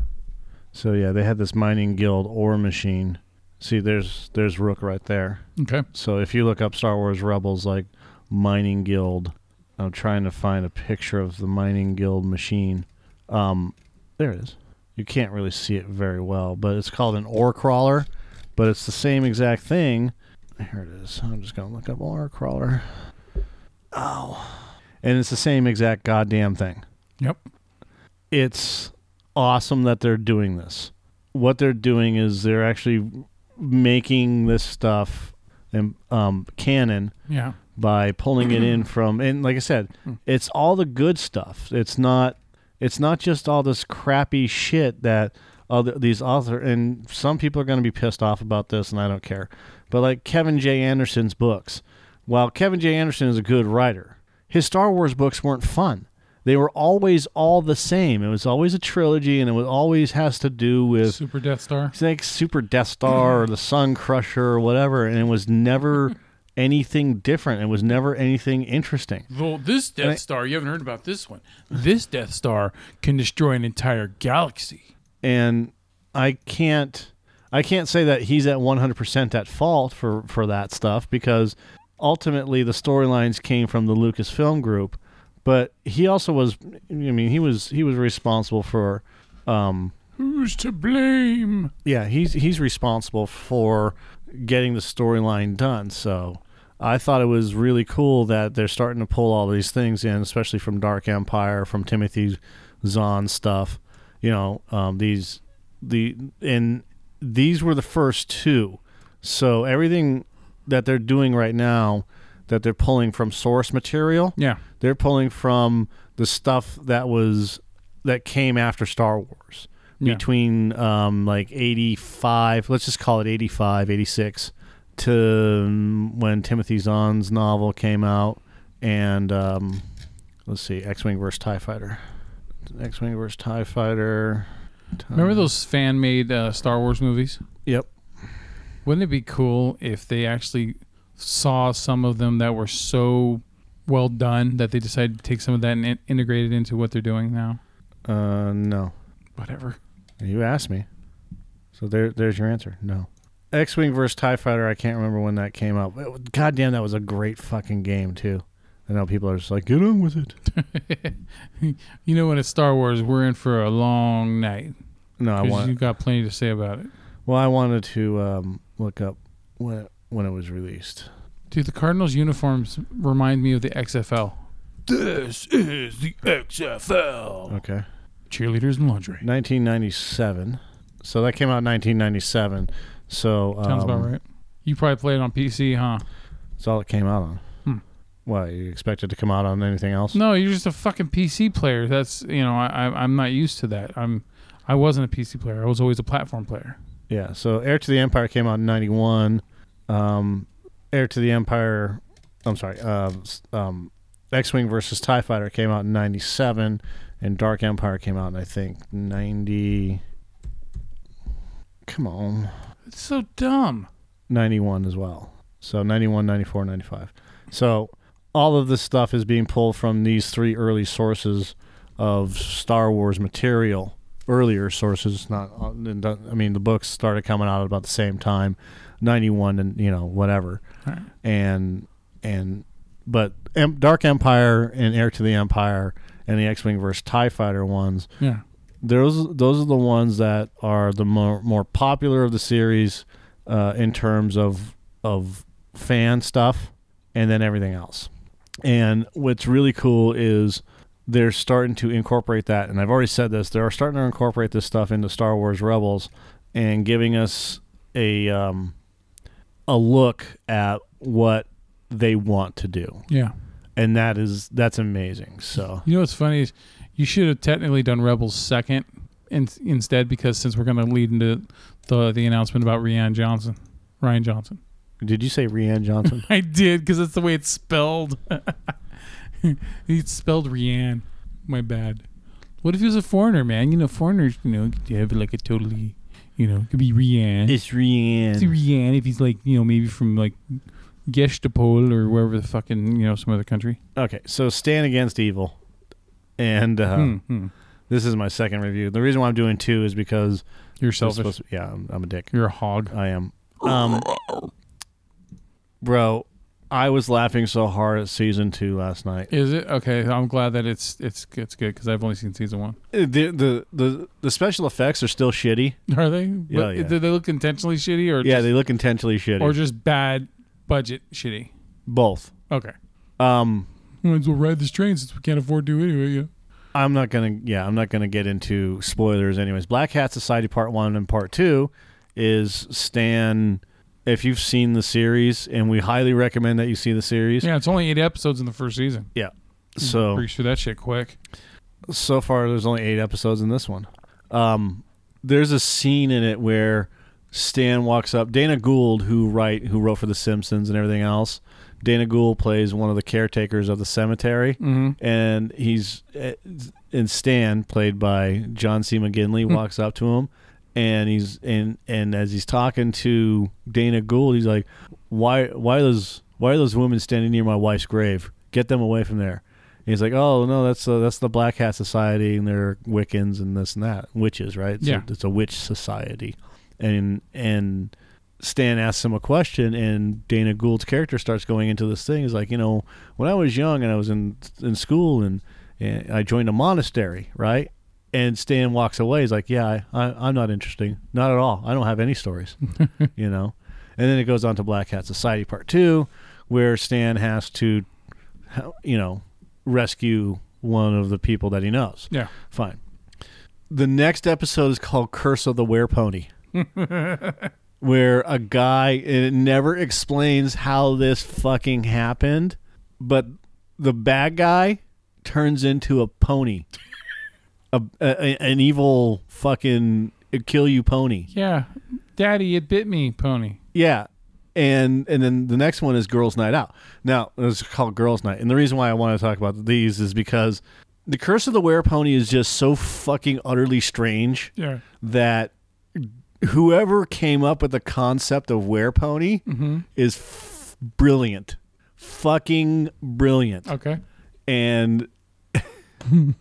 [SPEAKER 2] so yeah they had this mining guild ore machine see there's there's rook right there
[SPEAKER 1] okay
[SPEAKER 2] So if you look up Star Wars Rebels, like mining guild, I'm trying to find a picture of the mining guild machine. Um, there it is. You can't really see it very well, but it's called an ore crawler. But it's the same exact thing. Here it is. I'm just gonna look up ore crawler. Oh, and it's the same exact goddamn thing
[SPEAKER 1] yep
[SPEAKER 2] it's awesome that they're doing this. What they're doing is they're actually making this stuff and um, canon
[SPEAKER 1] yeah
[SPEAKER 2] by pulling it in from and like I said, it's all the good stuff. It's not it's not just all this crappy shit that other these author and some people are going to be pissed off about this and I don't care. But like Kevin J Anderson's books, while Kevin J Anderson is a good writer, his Star Wars books weren't fun. They were always all the same. It was always a trilogy and it was always has to do with
[SPEAKER 1] super death star
[SPEAKER 2] it's like Super Death Star or the Sun Crusher or whatever, and it was never anything different. It was never anything interesting.
[SPEAKER 1] well, this Death Star, you haven't heard about this one. This Death Star can destroy an entire galaxy.
[SPEAKER 2] And I can't, I can't say that he's at one hundred percent at fault for for that stuff because ultimately the storylines came from the Lucasfilm group, but he also was, I mean, he was he was responsible for. Um,
[SPEAKER 1] Who's to blame?
[SPEAKER 2] Yeah, he's he's responsible for getting the storyline done. So I thought it was really cool that they're starting to pull all these things in, especially from Dark Empire, from Timothy Zahn stuff. You know, um, these the and these were the first two. So everything that they're doing right now, that they're pulling from source material,
[SPEAKER 1] Yeah.
[SPEAKER 2] they're pulling from the stuff that was that came after Star Wars
[SPEAKER 1] Yeah.
[SPEAKER 2] between um, like 85 let's just call it 85 86 to um, when Timothy Zahn's novel came out and um, let's see X-Wing versus TIE Fighter X-Wing versus TIE Fighter
[SPEAKER 1] Remember those fan made uh, Star Wars movies?
[SPEAKER 2] yep
[SPEAKER 1] Wouldn't it be cool if they actually saw some of them that were so well done that they decided to take some of that and in- integrate it into what they're doing now?
[SPEAKER 2] uh, no
[SPEAKER 1] Whatever.
[SPEAKER 2] You asked me. So there, there's your answer. No. X Wing versus TIE Fighter, I can't remember when that came out. But God damn, that was a great fucking game, too. I know people are just like, get on with it.
[SPEAKER 1] You know, when it's Star Wars, we're in for a long night
[SPEAKER 2] No, I
[SPEAKER 1] because you've
[SPEAKER 2] want.
[SPEAKER 1] got plenty to say about it.
[SPEAKER 2] Well, I wanted to um, look up when it, when it was released.
[SPEAKER 1] Dude, the Cardinals uniforms remind me of the XFL. This is the XFL.
[SPEAKER 2] Okay.
[SPEAKER 1] Cheerleaders and laundry.
[SPEAKER 2] 1997. So that came out in 1997. So um,
[SPEAKER 1] Sounds about right. You probably played on PC, huh?
[SPEAKER 2] That's all it came out on.
[SPEAKER 1] Hmm.
[SPEAKER 2] Why you expect it to come out on anything else?
[SPEAKER 1] No, you're just a fucking PC player. That's you know, I, I I'm not used to that. I'm I wasn't a PC player. I was always a platform player.
[SPEAKER 2] Yeah. So Heir to the Empire came out in '91. Um, Heir to the Empire. I'm sorry. Uh, s- um, X-wing versus Tie Fighter came out in '97, and Dark Empire came out in I think '90. Come on,
[SPEAKER 1] It's so dumb.
[SPEAKER 2] '91 as well. So '91, '94, '95. So all of this stuff is being pulled from these three early sources of Star Wars material. Earlier sources, not I mean the books started coming out at about the same time, ninety one and you know whatever,
[SPEAKER 1] Right.
[SPEAKER 2] and and but em- Dark Empire and Heir to the Empire and the X Wing versus Tie Fighter ones
[SPEAKER 1] Yeah.
[SPEAKER 2] those those are the ones that are the more more popular of the series uh, in terms of of fan stuff, and then everything else. And what's really cool is they're starting to incorporate that, and I've already said this. They're starting to incorporate this stuff into Star Wars Rebels, and giving us a um, a look at what they want to do,
[SPEAKER 1] Yeah.
[SPEAKER 2] and that is that's amazing. So
[SPEAKER 1] You know what's funny is you should have technically done Rebels second in, instead because since we're going to lead into the the announcement about Rian Johnson, Ryan Johnson.
[SPEAKER 2] did you say Rian Johnson?
[SPEAKER 1] I did because that's the way it's spelled. it's spelled Rian. My bad. What if he was a foreigner, man? You know, foreigners, you know, they have like a totally, you know, it could be Rian.
[SPEAKER 2] it's Rian.
[SPEAKER 1] It's Rian if he's like, you know, maybe from like Geshtapol or wherever the fucking, you know, some other country.
[SPEAKER 2] Okay, so Stand Against Evil. And uh,
[SPEAKER 1] Hmm, hmm.
[SPEAKER 2] this is my second review. The reason why I'm doing two is because
[SPEAKER 1] You're
[SPEAKER 2] we're
[SPEAKER 1] selfish.
[SPEAKER 2] supposed to- Oh. yeah, I'm, I'm a dick.
[SPEAKER 1] You're a hog.
[SPEAKER 2] I am. Um, bro, I was laughing so hard at season two last night.
[SPEAKER 1] Is it okay? I'm glad that it's it's it's good because I've only seen season one.
[SPEAKER 2] Uh, The, the the the special effects are still shitty.
[SPEAKER 1] Are they?
[SPEAKER 2] Yeah, yeah.
[SPEAKER 1] Do they look intentionally shitty or
[SPEAKER 2] Yeah,
[SPEAKER 1] just,
[SPEAKER 2] they look intentionally shitty.
[SPEAKER 1] or just bad budget shitty?
[SPEAKER 2] both.
[SPEAKER 1] Okay.
[SPEAKER 2] Um,
[SPEAKER 1] Might as well ride this train since we can't afford to anyway. Yeah.
[SPEAKER 2] I'm not gonna. Yeah, I'm not gonna get into spoilers. Anyways, Black Hat Society Part One and Part Two is Stan. If you've seen the series, and we highly recommend that you see the series.
[SPEAKER 1] Yeah, it's only eight episodes in the first season.
[SPEAKER 2] Yeah. So
[SPEAKER 1] Pretty sure that shit quick.
[SPEAKER 2] so far, there's only eight episodes in this one. Um, there's a scene in it where Stan walks up. Dana Gould, who write who wrote for The Simpsons and everything else, Dana Gould plays one of the caretakers of the cemetery, and he's eh, and Stan, played by John C. McGinley, walks up to him, and he's and and as he's talking to Dana Gould, he's like, "Why why are those why are those women standing near my wife's grave? Get them away from there." And he's like, "Oh no, that's uh, that's the Black Hat Society, and they're Wiccans and this and that, witches, right? It's
[SPEAKER 1] Yeah.
[SPEAKER 2] a, it's a witch society." And and Stan asks him a question, and Dana Gould's character starts going into this thing. He's like, you know, when I was young and I was in in school and, and I joined a monastery, right? And Stan walks away. He's like, yeah, I, I, I'm not interesting, not at all. I don't have any stories, you know. And then it goes on to Black Hat Society Part Two, where Stan has to, you know, rescue one of the people that he knows.
[SPEAKER 1] Yeah.
[SPEAKER 2] Fine. The next episode is called Curse of the Werepony. where a guy and it never explains how this fucking happened, but the bad guy turns into a pony, a, a- an evil fucking kill you pony.
[SPEAKER 1] Yeah, Daddy, it bit me, pony.
[SPEAKER 2] Yeah. And and then the next one is Girls Night Out. Now, it's called Girls Night. And the reason why I want to talk about these is because The Curse of the Were Pony is just so fucking utterly strange
[SPEAKER 1] Yeah,
[SPEAKER 2] that whoever came up with the concept of Were Pony
[SPEAKER 1] Mm-hmm.
[SPEAKER 2] is f- brilliant. Fucking brilliant
[SPEAKER 1] okay.
[SPEAKER 2] and it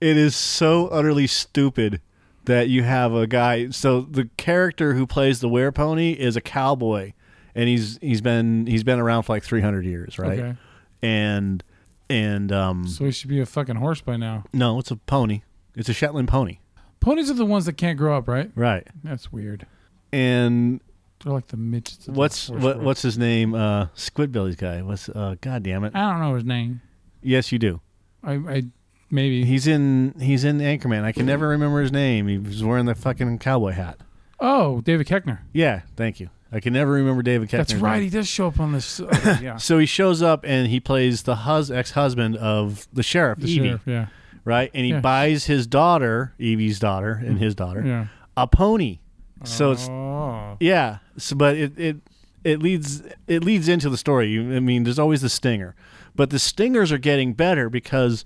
[SPEAKER 2] is so utterly stupid that you have a guy so the character who plays the wear pony is a cowboy and he's he's been he's been around for like 300 years right
[SPEAKER 1] Okay.
[SPEAKER 2] and and um
[SPEAKER 1] So he should be a fucking horse by now.
[SPEAKER 2] no it's a pony it's a shetland pony
[SPEAKER 1] Ponies are the ones that can't grow up, right?
[SPEAKER 2] right
[SPEAKER 1] That's weird.
[SPEAKER 2] and
[SPEAKER 1] They're like the midgets. of the
[SPEAKER 2] what's
[SPEAKER 1] horse
[SPEAKER 2] what,
[SPEAKER 1] world.
[SPEAKER 2] what's his name uh squidbilly's guy what's uh god damn it
[SPEAKER 1] I don't know his name.
[SPEAKER 2] yes you do
[SPEAKER 1] I, I maybe
[SPEAKER 2] he's in he's in anchorman i can never remember his name he was wearing the fucking cowboy hat
[SPEAKER 1] Oh, David Keckner.
[SPEAKER 2] Yeah, thank you. I can never remember David Keckner.
[SPEAKER 1] That's right. He does show up on this. uh, yeah.
[SPEAKER 2] So he shows up and he plays the hus- ex-husband of the sheriff,
[SPEAKER 1] The
[SPEAKER 2] Evie,
[SPEAKER 1] sheriff, yeah.
[SPEAKER 2] right? And he
[SPEAKER 1] Yeah.
[SPEAKER 2] buys his daughter, Evie's daughter, and his daughter,
[SPEAKER 1] Yeah.
[SPEAKER 2] a pony. So it's
[SPEAKER 1] Oh.
[SPEAKER 2] yeah. So, but it it it leads it leads into the story. You- I mean, there's always the stinger, but the stingers are getting better because,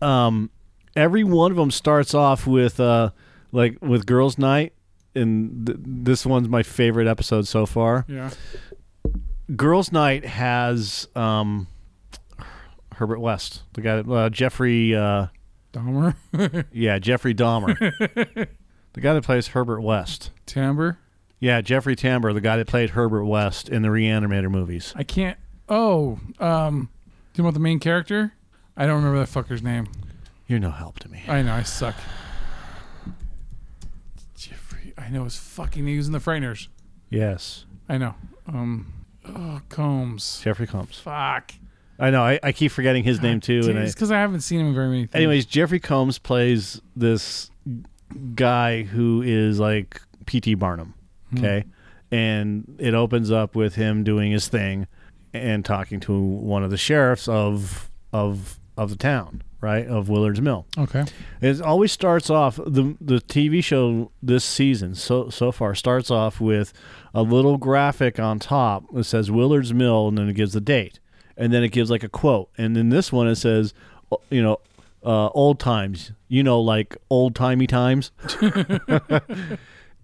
[SPEAKER 2] um, every one of them starts off with uh like with girls' night, and th- this one's my favorite episode so far.
[SPEAKER 1] Yeah.
[SPEAKER 2] Girls' Night has um, Herbert West, the guy that uh, Jeffrey, uh,
[SPEAKER 1] Dahmer.
[SPEAKER 2] yeah, Jeffrey Dahmer, the guy that plays Herbert West.
[SPEAKER 1] Tambor.
[SPEAKER 2] Yeah, Jeffrey Tambor, the guy that played Herbert West in the Reanimator movies.
[SPEAKER 1] I can't. Oh. Um. Do you want the main character? I don't remember that fucker's name.
[SPEAKER 2] You're no help to me.
[SPEAKER 1] I know. I suck. Jeffrey. I know his fucking. He was in the Frighteners.
[SPEAKER 2] Yes,
[SPEAKER 1] I know. Um. Oh, Combs.
[SPEAKER 2] Jeffrey Combs.
[SPEAKER 1] Fuck.
[SPEAKER 2] I know. I, I keep forgetting his name too.
[SPEAKER 1] Dude,
[SPEAKER 2] and I,
[SPEAKER 1] it's because I haven't seen him in very many things.
[SPEAKER 2] anyways, Jeffrey Combs plays this guy who is like P.T. Barnum. Okay. And it opens up with him doing his thing and talking to one of the sheriffs of of of the town, right? Of Willard's Mill.
[SPEAKER 1] Okay.
[SPEAKER 2] It always starts off the the TV show this season so so far starts off with a little graphic on top that says Willard's Mill and then it gives the date and then it gives like a quote and then this one it says you know uh, old times you know like old timey times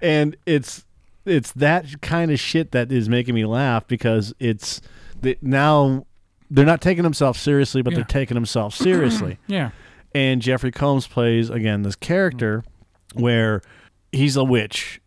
[SPEAKER 2] and it's it's that kind of shit that is making me laugh because it's the, now they're not taking themselves seriously but
[SPEAKER 1] Yeah.
[SPEAKER 2] they're taking themselves seriously
[SPEAKER 1] Yeah.
[SPEAKER 2] and Jeffrey Combs plays again this character where he's a witch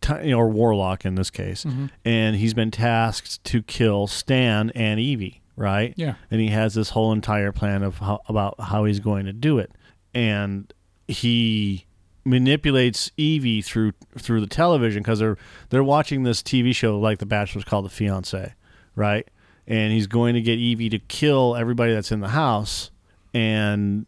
[SPEAKER 2] ti- or warlock in this case, and he's been tasked to kill Stan and Evie, right?
[SPEAKER 1] Yeah.
[SPEAKER 2] and he has this whole entire plan of how, about how he's going to do it, and he manipulates Evie through through the television because they're they're watching this TV show like The Bachelor's called The Fiance, right? And he's going to get Evie to kill everybody that's in the house, and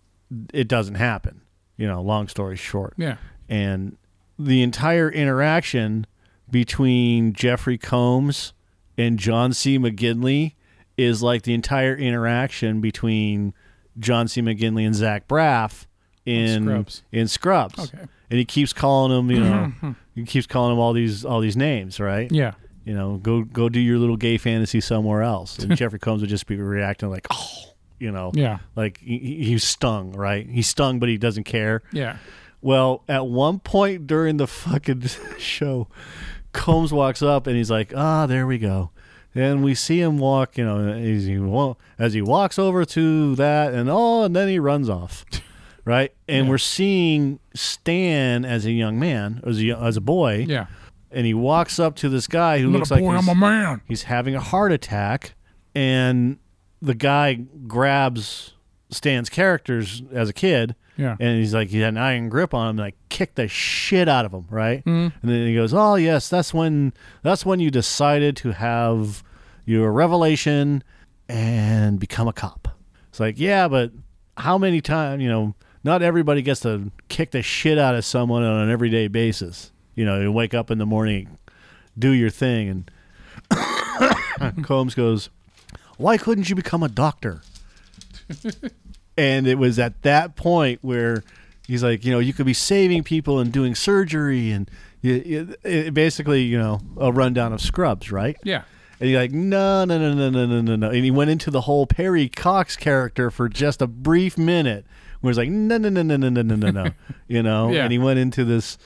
[SPEAKER 2] it doesn't happen. You know, long story short.
[SPEAKER 1] Yeah.
[SPEAKER 2] And the entire interaction between Jeffrey Combs and John C. McGinley is like the entire interaction between John C. McGinley and Zach Braff in
[SPEAKER 1] Scrubs.
[SPEAKER 2] In Scrubs.
[SPEAKER 1] Okay.
[SPEAKER 2] And he keeps calling him, you know, he keeps calling him all these all these names, right?
[SPEAKER 1] Yeah.
[SPEAKER 2] You know, go go do your little gay fantasy somewhere else. And Jeffrey Combs would just be reacting like, oh, you know,
[SPEAKER 1] Yeah.
[SPEAKER 2] like he, he- he's stung, right? He's stung, but he doesn't care.
[SPEAKER 1] Yeah.
[SPEAKER 2] Well, at one point during the fucking show, Combs walks up and he's like, "Ah, there we go." And we see him walk, you know, as he wa- as he walks over to that, and oh, and then he runs off, right? And we're seeing Stan as a young man, as a yo- as a boy,
[SPEAKER 1] Yeah.
[SPEAKER 2] and he walks up to this guy who
[SPEAKER 1] I'm
[SPEAKER 2] looks
[SPEAKER 1] not a
[SPEAKER 2] like
[SPEAKER 1] boy.
[SPEAKER 2] he's-
[SPEAKER 1] I'm a man.
[SPEAKER 2] He's having a heart attack, and the guy grabs Stan's characters as a kid.
[SPEAKER 1] Yeah.
[SPEAKER 2] And he's like, he had an iron grip on him, like kicked the shit out of him, right? And then he goes, "Oh yes, that's when that's when you decided to have your revelation and become a cop." It's like, yeah, but how many times? You know, not everybody gets to kick the shit out of someone on an everyday basis. You know, you wake up in the morning, do your thing, and Combs goes, "Why couldn't you become a doctor?" and it was at that point where he's like, you know, you could be saving people and doing surgery, and it, it, it basically, you know, a rundown of Scrubs, right?
[SPEAKER 1] Yeah.
[SPEAKER 2] And you're like, no, no, no, no, no, no, no, no. And he went into the whole Perry Cox character for just a brief minute, where it's like, no, no, no, no, no, no, no, no, no. You know,
[SPEAKER 1] Yeah.
[SPEAKER 2] and he went into this,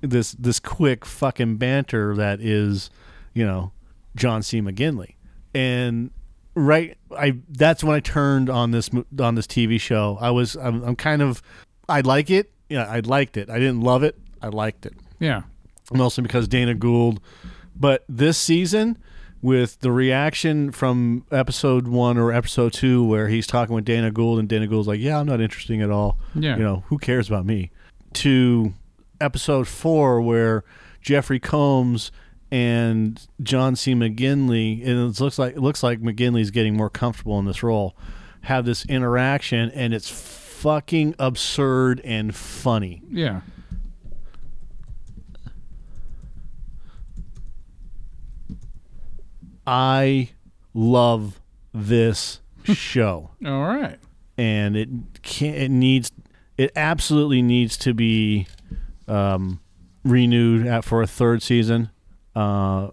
[SPEAKER 2] this, this quick fucking banter that is, you know, John C. McGinley, and right, I that's when I turned on this mo- on this TV show. I was, I'm, I'm kind of, I like it. Yeah, I liked it. I didn't love it. I liked it
[SPEAKER 1] Yeah.
[SPEAKER 2] mostly because Dana Gould. But this season, with the reaction from episode one or episode two, where he's talking with Dana Gould and Dana Gould's like, "Yeah, I'm not interesting at all.
[SPEAKER 1] Yeah.
[SPEAKER 2] you know, who cares about me?" To episode four, where Jeffrey Combs and John C. McGinley, and it looks like it looks like McGinley's getting more comfortable in this role, have this interaction, and it's fucking absurd and funny.
[SPEAKER 1] Yeah.
[SPEAKER 2] I love this show,
[SPEAKER 1] All right.
[SPEAKER 2] and it can it needs it absolutely needs to be um, renewed at, for a third season. Uh,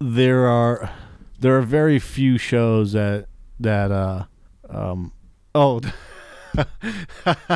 [SPEAKER 2] there are there are very few shows that that uh, um, oh.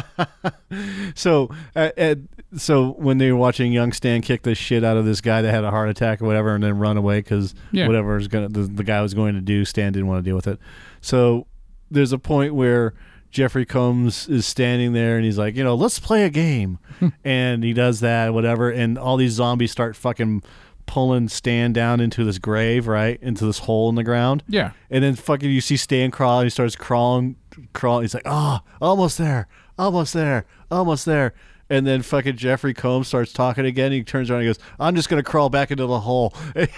[SPEAKER 2] so uh, Ed, so when they were watching young Stan kick the shit out of this guy that had a heart attack or whatever, and then run away because
[SPEAKER 1] Yeah.
[SPEAKER 2] whatever is gonna the, the guy was going to do, Stan didn't want to deal with it. So there's a point where Jeffrey Combs is standing there and he's like, you know, let's play a game,
[SPEAKER 1] Hmm.
[SPEAKER 2] and he does that whatever, and all these zombies start fucking pulling Stan down into this grave, right into this hole in the ground.
[SPEAKER 1] Yeah.
[SPEAKER 2] And then fucking you see Stan crawl. He starts crawling, crawling. He's like, oh, almost there, almost there, almost there. And then fucking Jeffrey Combs starts talking again. He turns around and goes, I'm just going to crawl back into the hole.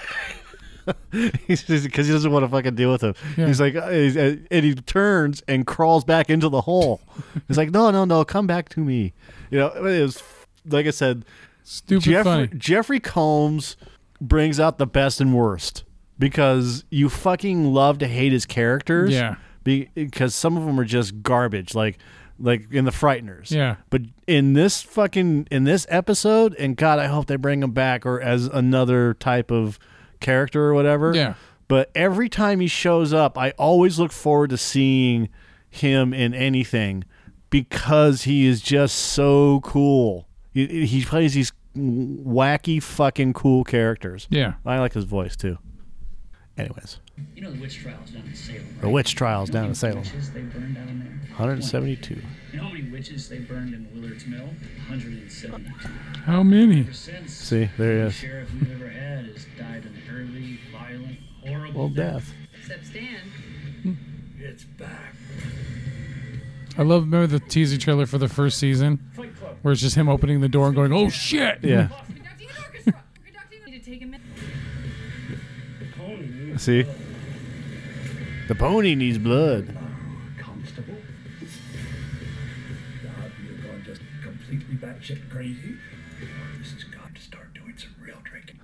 [SPEAKER 2] Because he doesn't want to fucking deal with him.
[SPEAKER 1] Yeah.
[SPEAKER 2] He's like, uh, he's- uh, and he turns and crawls back into the hole. he's like, no, no, no, come back to me. You know, it was, like I said,
[SPEAKER 1] Stupid
[SPEAKER 2] Jeffrey,
[SPEAKER 1] funny.
[SPEAKER 2] Jeffrey Combs brings out the best and worst because you fucking love to hate his characters.
[SPEAKER 1] Yeah.
[SPEAKER 2] Be, because some of them are just garbage, like like in the Frighteners.
[SPEAKER 1] Yeah.
[SPEAKER 2] But in this fucking in this episode, and God, I hope they bring him back or as another type of character or whatever.
[SPEAKER 1] Yeah.
[SPEAKER 2] But every time he shows up, I always look forward to seeing him in anything because he is just so cool. He, he plays these wacky, fucking cool characters.
[SPEAKER 1] Yeah.
[SPEAKER 2] I like his voice too. Anyways,
[SPEAKER 4] You know the witch trials down in Salem,
[SPEAKER 2] the
[SPEAKER 4] right?
[SPEAKER 2] witch trials down in Salem.
[SPEAKER 4] Witches they burned down there.
[SPEAKER 2] 172.
[SPEAKER 4] You know how many witches they burned in Willard's Mill? 172.
[SPEAKER 1] How many?
[SPEAKER 4] Ever since,
[SPEAKER 2] See, there he
[SPEAKER 4] the
[SPEAKER 2] is.
[SPEAKER 4] sheriff we've ever had has died an early, violent, horrible
[SPEAKER 2] Well, death.
[SPEAKER 6] Except Stan.
[SPEAKER 4] It's back.
[SPEAKER 1] I love remember the teaser trailer for the first season
[SPEAKER 4] Fight Club.
[SPEAKER 1] where it's just him opening the door and going, "Oh shit!"
[SPEAKER 2] Yeah.
[SPEAKER 6] Conducting an orchestra. We're conducting. We need to take a minute.
[SPEAKER 4] Coney.
[SPEAKER 2] See? The pony needs blood.
[SPEAKER 4] Constable. Now if you're going just completely batshit crazy, this is going to start doing some real drinking.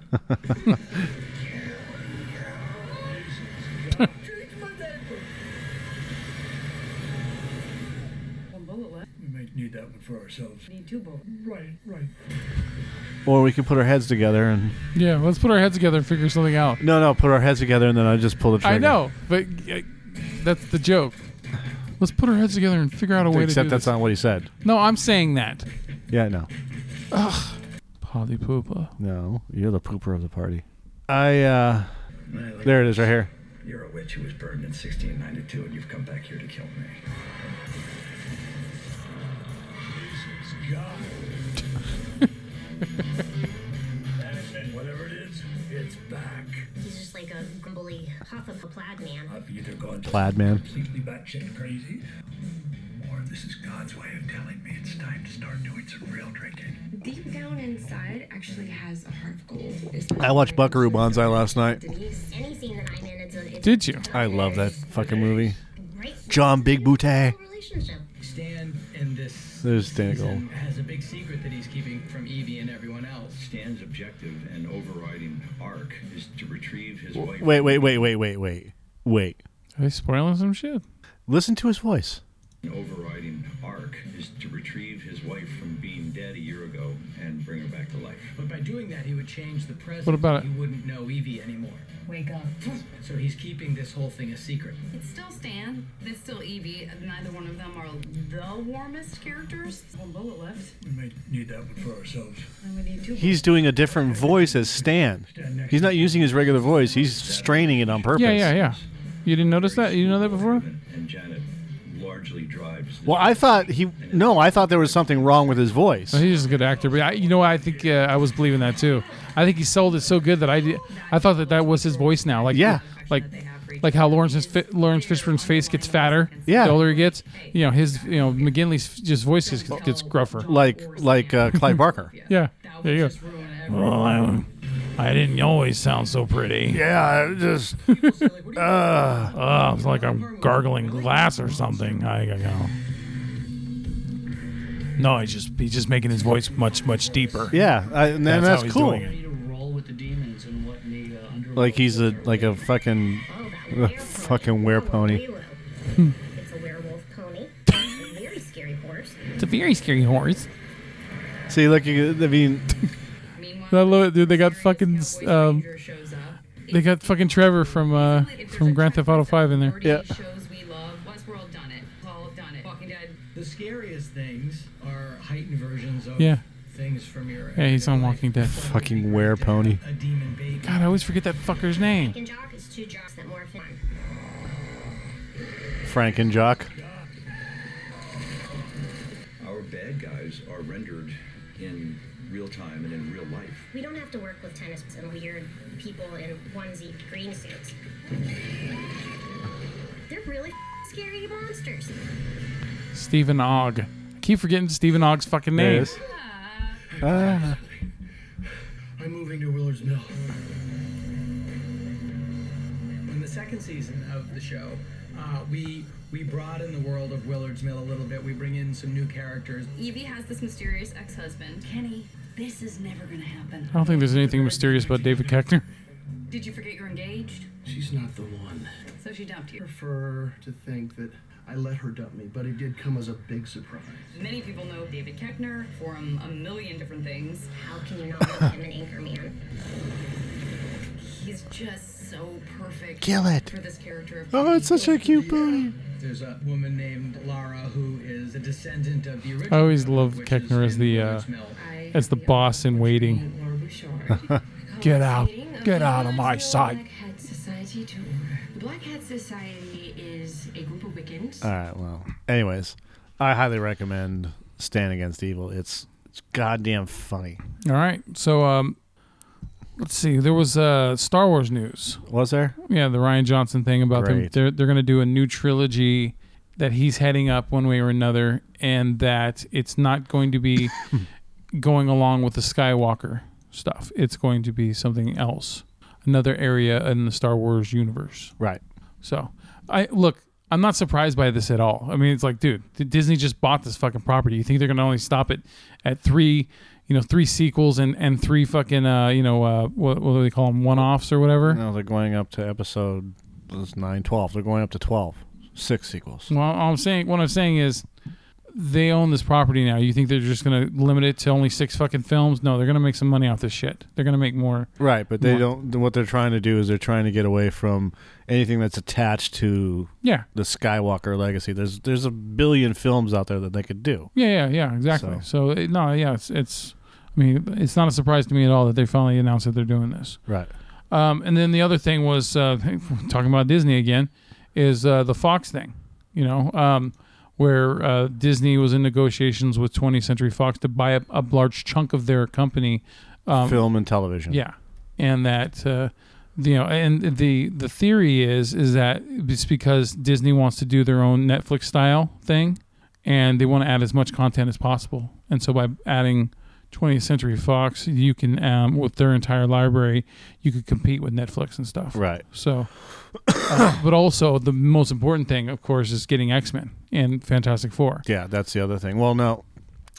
[SPEAKER 6] One bullet left.
[SPEAKER 4] We might need that one for ourselves.
[SPEAKER 6] We need two bullets.
[SPEAKER 4] Right, right.
[SPEAKER 2] Or we can put our heads together and
[SPEAKER 1] Yeah, let's put our heads together and figure something out.
[SPEAKER 2] no, no, put our heads together and then I just pull the trigger.
[SPEAKER 1] I know, but uh, that's the joke. Let's put our heads together and figure out a way to
[SPEAKER 2] Except
[SPEAKER 1] do
[SPEAKER 2] that's
[SPEAKER 1] this.
[SPEAKER 2] not what he said.
[SPEAKER 1] no, I'm saying that.
[SPEAKER 2] Yeah, I know.
[SPEAKER 1] Polly Poopa.
[SPEAKER 2] No, you're the pooper of the party. I uh there it is right here.
[SPEAKER 4] You're a witch who was burned in 1692, and you've come back here to kill me. and whatever it is, it's back.
[SPEAKER 7] He's just like a grumbly huff of a plaid man.
[SPEAKER 4] I've either gone to
[SPEAKER 2] Plaid man.
[SPEAKER 4] completely batshit crazy, or this is God's way of telling me it's time to start doing some real drinking.
[SPEAKER 8] Deep down inside actually has a heart of gold.
[SPEAKER 2] I watched Buckaroo Banzai last night.
[SPEAKER 8] Denise.
[SPEAKER 7] Any scene that I'm in, it's a. It's
[SPEAKER 1] Did you?
[SPEAKER 2] I love that fucking movie.
[SPEAKER 7] Great.
[SPEAKER 2] John Big Booty.
[SPEAKER 7] Relationship.
[SPEAKER 4] Stand in this
[SPEAKER 2] There's Danny Gold.
[SPEAKER 9] has a big secret that he's keeping from Evie and everyone else.
[SPEAKER 4] Stan's objective and overriding arc is to retrieve his wife.
[SPEAKER 2] Wait, wait, wait, wait, wait, wait, wait.
[SPEAKER 1] Are they spoiling some shit?
[SPEAKER 2] Listen to his voice.
[SPEAKER 4] An overriding arc is to retrieve his wife from being dead a year ago and bring her back to life.
[SPEAKER 9] But by doing that, he would change the present.
[SPEAKER 1] What about
[SPEAKER 9] He wouldn't know Evie anymore.
[SPEAKER 8] Wake up.
[SPEAKER 9] So he's keeping this whole thing a secret.
[SPEAKER 6] It's still Stan. It's still Evie. Neither one of them are the warmest characters. One bullet left.
[SPEAKER 4] We may need that one for ourselves.
[SPEAKER 6] And we need two.
[SPEAKER 2] He's doing a different voice as Stan. He's not using his regular voice. He's straining it on purpose.
[SPEAKER 1] Yeah, yeah, yeah. You didn't notice that? You didn't know that before?
[SPEAKER 4] And Janet largely drives.
[SPEAKER 2] Well, I thought he. No, I thought there was something wrong with his voice.
[SPEAKER 1] No, he's just a good actor, but I, you know, what? I think uh, I was believing that too. I think he sold it so good that I did, I thought that that was his voice now. Like
[SPEAKER 2] Yeah.
[SPEAKER 1] like like how Lawrence's fi- Lawrence Fishburne's face gets fatter.
[SPEAKER 2] Yeah.
[SPEAKER 1] the older he gets, you know, his you know McGinley's just voice gets, gets gruffer.
[SPEAKER 2] Like like uh, Clive Barker.
[SPEAKER 1] Yeah, there you go. Well, I, I didn't always sound so pretty.
[SPEAKER 2] Yeah, just. Uh,
[SPEAKER 1] Uh, it's like I'm gargling glass or something. I, I go. No, he's just he's just making his voice much much deeper.
[SPEAKER 2] yeah, I, and that's,
[SPEAKER 1] That's how
[SPEAKER 2] that's
[SPEAKER 1] he's
[SPEAKER 2] cool.
[SPEAKER 1] doing it.
[SPEAKER 9] Need to roll with the demons and what in the uh, underworld.
[SPEAKER 2] Like he's a like a fucking Uh,
[SPEAKER 7] Oh, that werewolf. Oh,
[SPEAKER 2] fucking werepony.
[SPEAKER 7] Werewolf. it's a werewolf pony. a very scary horse.
[SPEAKER 1] It's a very scary horse.
[SPEAKER 2] See, look, you, I mean,
[SPEAKER 6] Meanwhile,
[SPEAKER 1] I love it, dude. They got fucking
[SPEAKER 6] Cowboy
[SPEAKER 1] um,
[SPEAKER 6] Ranger shows up.
[SPEAKER 1] they got fucking Trevor from uh,
[SPEAKER 6] If there's
[SPEAKER 1] from
[SPEAKER 6] a
[SPEAKER 1] Grand Theft Auto
[SPEAKER 6] trend
[SPEAKER 1] Five in there.
[SPEAKER 6] already
[SPEAKER 2] Yeah.
[SPEAKER 6] Shows we love. Westworld done it. All done it. Walking Dead.
[SPEAKER 9] The scariest things are heightened versions of
[SPEAKER 1] Yeah.
[SPEAKER 9] things from your.
[SPEAKER 1] Yeah, he's on Walking Dead.
[SPEAKER 2] fucking werepony.
[SPEAKER 9] A demon baby.
[SPEAKER 1] God, I always forget that fucker's name.
[SPEAKER 7] And jock is two jocks that morph in one.
[SPEAKER 2] Frankenjock.
[SPEAKER 4] Our bad guys are rendered in real time and in real life.
[SPEAKER 7] We don't have to work with tennis and weird people in onesie green suits. They're really scary monsters.
[SPEAKER 1] Stephen Ogg. I keep forgetting Stephen Ogg's fucking
[SPEAKER 2] There
[SPEAKER 1] name.
[SPEAKER 2] it is. Ah.
[SPEAKER 9] I'm moving to Willard's Mill. In the second season of the show, uh, we we broaden the world of Willard's Mill a little bit. We bring in some new characters.
[SPEAKER 6] Evie has this mysterious ex-husband.
[SPEAKER 10] Kenny, this is never gonna happen.
[SPEAKER 1] I don't think there's anything mysterious about David Keckner.
[SPEAKER 6] Did you forget you're engaged?
[SPEAKER 9] She's not the one.
[SPEAKER 6] So she dumped you.
[SPEAKER 9] prefer to think that I let her dump me, but it did come as a big surprise.
[SPEAKER 6] Many people know David Keckner from a million different things.
[SPEAKER 7] How can you not make him an anchor man?
[SPEAKER 6] He's just so perfect.
[SPEAKER 2] Kill it.
[SPEAKER 6] For this character. of-
[SPEAKER 2] Oh, it's such a cute booty.
[SPEAKER 9] There's a woman named Lara who is a descendant of the original.
[SPEAKER 1] I always love
[SPEAKER 9] which is
[SPEAKER 1] Keckner as
[SPEAKER 9] in
[SPEAKER 1] the, uh,
[SPEAKER 9] Willard's Mill.
[SPEAKER 10] I
[SPEAKER 1] As the boss in waiting.
[SPEAKER 10] Laura Bouchard.
[SPEAKER 1] Get out.
[SPEAKER 10] Co-leading of
[SPEAKER 1] Get
[SPEAKER 10] the
[SPEAKER 1] out of my
[SPEAKER 10] Glasgow
[SPEAKER 1] sight.
[SPEAKER 10] Black Hat Society tour. The Black Hat Society is a group of Wiccans.
[SPEAKER 2] All right. Well, anyways, I highly recommend Stand Against Evil. It's it's goddamn funny.
[SPEAKER 1] All right. So um, let's see. There was uh Star Wars news.
[SPEAKER 2] Was there?
[SPEAKER 1] Yeah, the Ryan Johnson thing about them.
[SPEAKER 2] Great.
[SPEAKER 1] They're they're going to do a new trilogy that he's heading up one way or another, and that it's not going to be going along with the Skywalker stuff. It's going to be something else, another area in the Star Wars universe.
[SPEAKER 2] Right.
[SPEAKER 1] So, I look. I'm not surprised by this at all. I mean, it's like, dude, D- Disney just bought this fucking property. You think they're gonna only stop it at three, you know, three sequels and and three fucking, uh, you know, uh, what, what do they call them, one-offs or whatever?
[SPEAKER 2] No, they're going up to episode was nine, 12. They're going up to 12. Six sequels.
[SPEAKER 1] Well, I'm saying what I'm saying is they own this property now. You think they're just going to limit it to only six fucking films? No, they're going to make some money off this shit. They're going to make more.
[SPEAKER 2] Right, but they
[SPEAKER 1] Right.
[SPEAKER 2] don't. What they're trying to do is they're trying to get away from anything that's attached to
[SPEAKER 1] Yeah.
[SPEAKER 2] the Skywalker legacy. There's there's a billion films out there that they could do.
[SPEAKER 1] Yeah, yeah, yeah, exactly. So, it, no, yeah, it's it's I mean, it's not a surprise to me at all that they finally announced that they're doing this.
[SPEAKER 2] Right.
[SPEAKER 1] Um, and then the other thing was uh, talking about Disney again is uh, the Fox thing, you know, um, where uh, Disney was in negotiations with 20th Century Fox to buy a, a large chunk of their company
[SPEAKER 2] Film and television.
[SPEAKER 1] Yeah, and that uh, you know, and the the theory is is that it's because Disney wants to do their own Netflix style thing, and they want to add as much content as possible. And so by adding 20th Century Fox, you can um, with their entire library, you could compete with Netflix and stuff.
[SPEAKER 2] Right.
[SPEAKER 1] So, uh, but also the most important thing, of course, is getting X Men and Fantastic Four.
[SPEAKER 2] Yeah, that's the other thing. Well, no,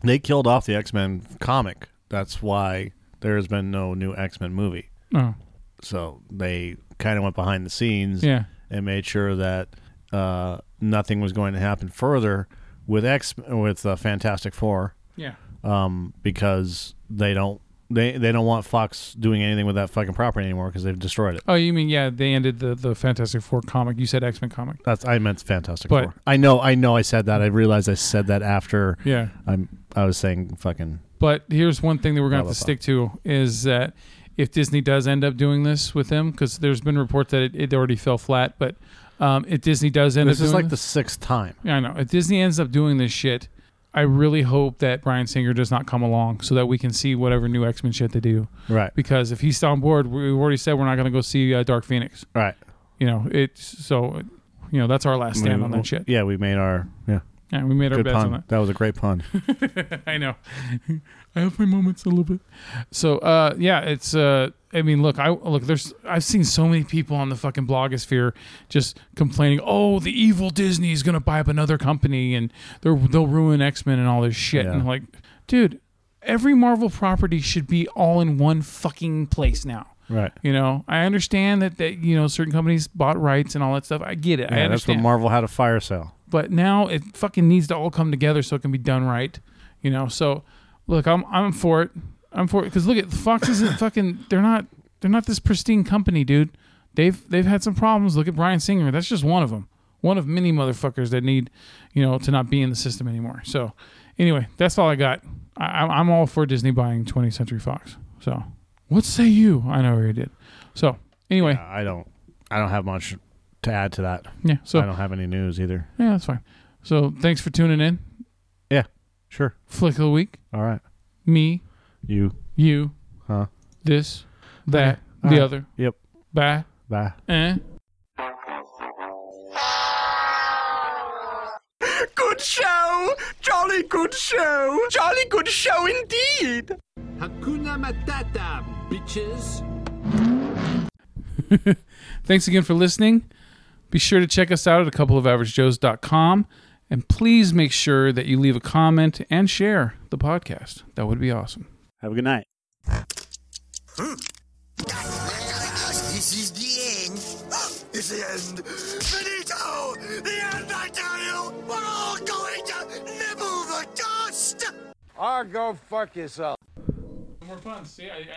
[SPEAKER 2] They killed off the X Men comic. That's why there has been no new X Men movie.
[SPEAKER 1] Oh.
[SPEAKER 2] So they kind of went behind the scenes
[SPEAKER 1] Yeah.
[SPEAKER 2] and made sure that uh, nothing was going to happen further with X with uh, Fantastic Four
[SPEAKER 1] Yeah.
[SPEAKER 2] um, because they don't they they don't want Fox doing anything with that fucking property anymore because they've destroyed it.
[SPEAKER 1] Oh, you mean yeah? They ended the the Fantastic Four comic. You said X Men comic.
[SPEAKER 2] That's I meant Fantastic
[SPEAKER 1] But-
[SPEAKER 2] Four. I know I know I said that. I realized I said that after
[SPEAKER 1] Yeah.
[SPEAKER 2] I'm I was saying fucking
[SPEAKER 1] But here's one thing that we're going to have
[SPEAKER 2] Blah,
[SPEAKER 1] to
[SPEAKER 2] blah,
[SPEAKER 1] stick to is that if Disney does end up doing this with them, because there's been reports that it, it already fell flat, but um, if Disney does end
[SPEAKER 2] This
[SPEAKER 1] up
[SPEAKER 2] is
[SPEAKER 1] doing
[SPEAKER 2] like the sixth time.
[SPEAKER 1] Yeah, I know. If Disney ends up doing this shit, I really hope that Brian Singer does not come along so that we can see whatever new X Men shit they do.
[SPEAKER 2] Right.
[SPEAKER 1] Because if he's on board, we- we've already said we're not going to go see uh, Dark Phoenix.
[SPEAKER 2] Right.
[SPEAKER 1] You know, it's so, you know, that's our last stand on that shit.
[SPEAKER 2] Yeah, we made our yeah.
[SPEAKER 1] Yeah, we made our
[SPEAKER 2] Good
[SPEAKER 1] bets
[SPEAKER 2] pun.
[SPEAKER 1] on
[SPEAKER 2] That was a great pun.
[SPEAKER 1] that. I know. I have my moments a little bit. So, uh, yeah, it's. Uh, I mean, look, I look. There's. I've seen so many people on the fucking blogosphere just complaining. Oh, the evil Disney is gonna buy up another company and they're, they'll ruin X Men and all this shit.
[SPEAKER 2] Yeah.
[SPEAKER 1] And I'm like, dude, every Marvel property should be all in one fucking place now.
[SPEAKER 2] Right.
[SPEAKER 1] You know, I understand that that you know certain companies bought rights and all that stuff. I get it.
[SPEAKER 2] Yeah,
[SPEAKER 1] I
[SPEAKER 2] that's
[SPEAKER 1] understand
[SPEAKER 2] when Marvel had a fire sale.
[SPEAKER 1] but now it fucking needs to all come together so it can be done right you know so look i'm i'm for it i'm for it because look at fox isn't fucking they're not they're not this pristine company dude they've they've had some problems look at brian singer that's just one of them one of many motherfuckers that need you know to not be in the system anymore so anyway that's all i got I, I'm- i'm all for disney buying 20th century fox so what say you i know you did so anyway yeah,
[SPEAKER 2] I don't I don't have much to add to that.
[SPEAKER 1] so
[SPEAKER 2] I don't have any news either.
[SPEAKER 1] yeah that's fine so thanks for tuning in
[SPEAKER 2] Yeah. Sure.
[SPEAKER 1] flick of the week
[SPEAKER 2] All right.
[SPEAKER 1] me
[SPEAKER 2] You
[SPEAKER 1] you,
[SPEAKER 2] huh?
[SPEAKER 1] this, that,
[SPEAKER 2] All
[SPEAKER 1] the
[SPEAKER 2] right.
[SPEAKER 1] other,
[SPEAKER 2] Yep.
[SPEAKER 1] bye,
[SPEAKER 2] Bye.
[SPEAKER 1] eh.
[SPEAKER 3] Good show! Jolly good show! Jolly good show indeed! Hakuna Matata, bitches.
[SPEAKER 1] Thanks again for listening. Be sure to check us out at a couple of averagejoes.com and please make sure that you leave a comment and share the podcast. That would be awesome.
[SPEAKER 11] Have a good night.
[SPEAKER 12] This is the end. It's the end. Finito! Oh, The end, I tell you! We're all going to nibble the dust! Or go fuck yourself.
[SPEAKER 1] More fun. See, I,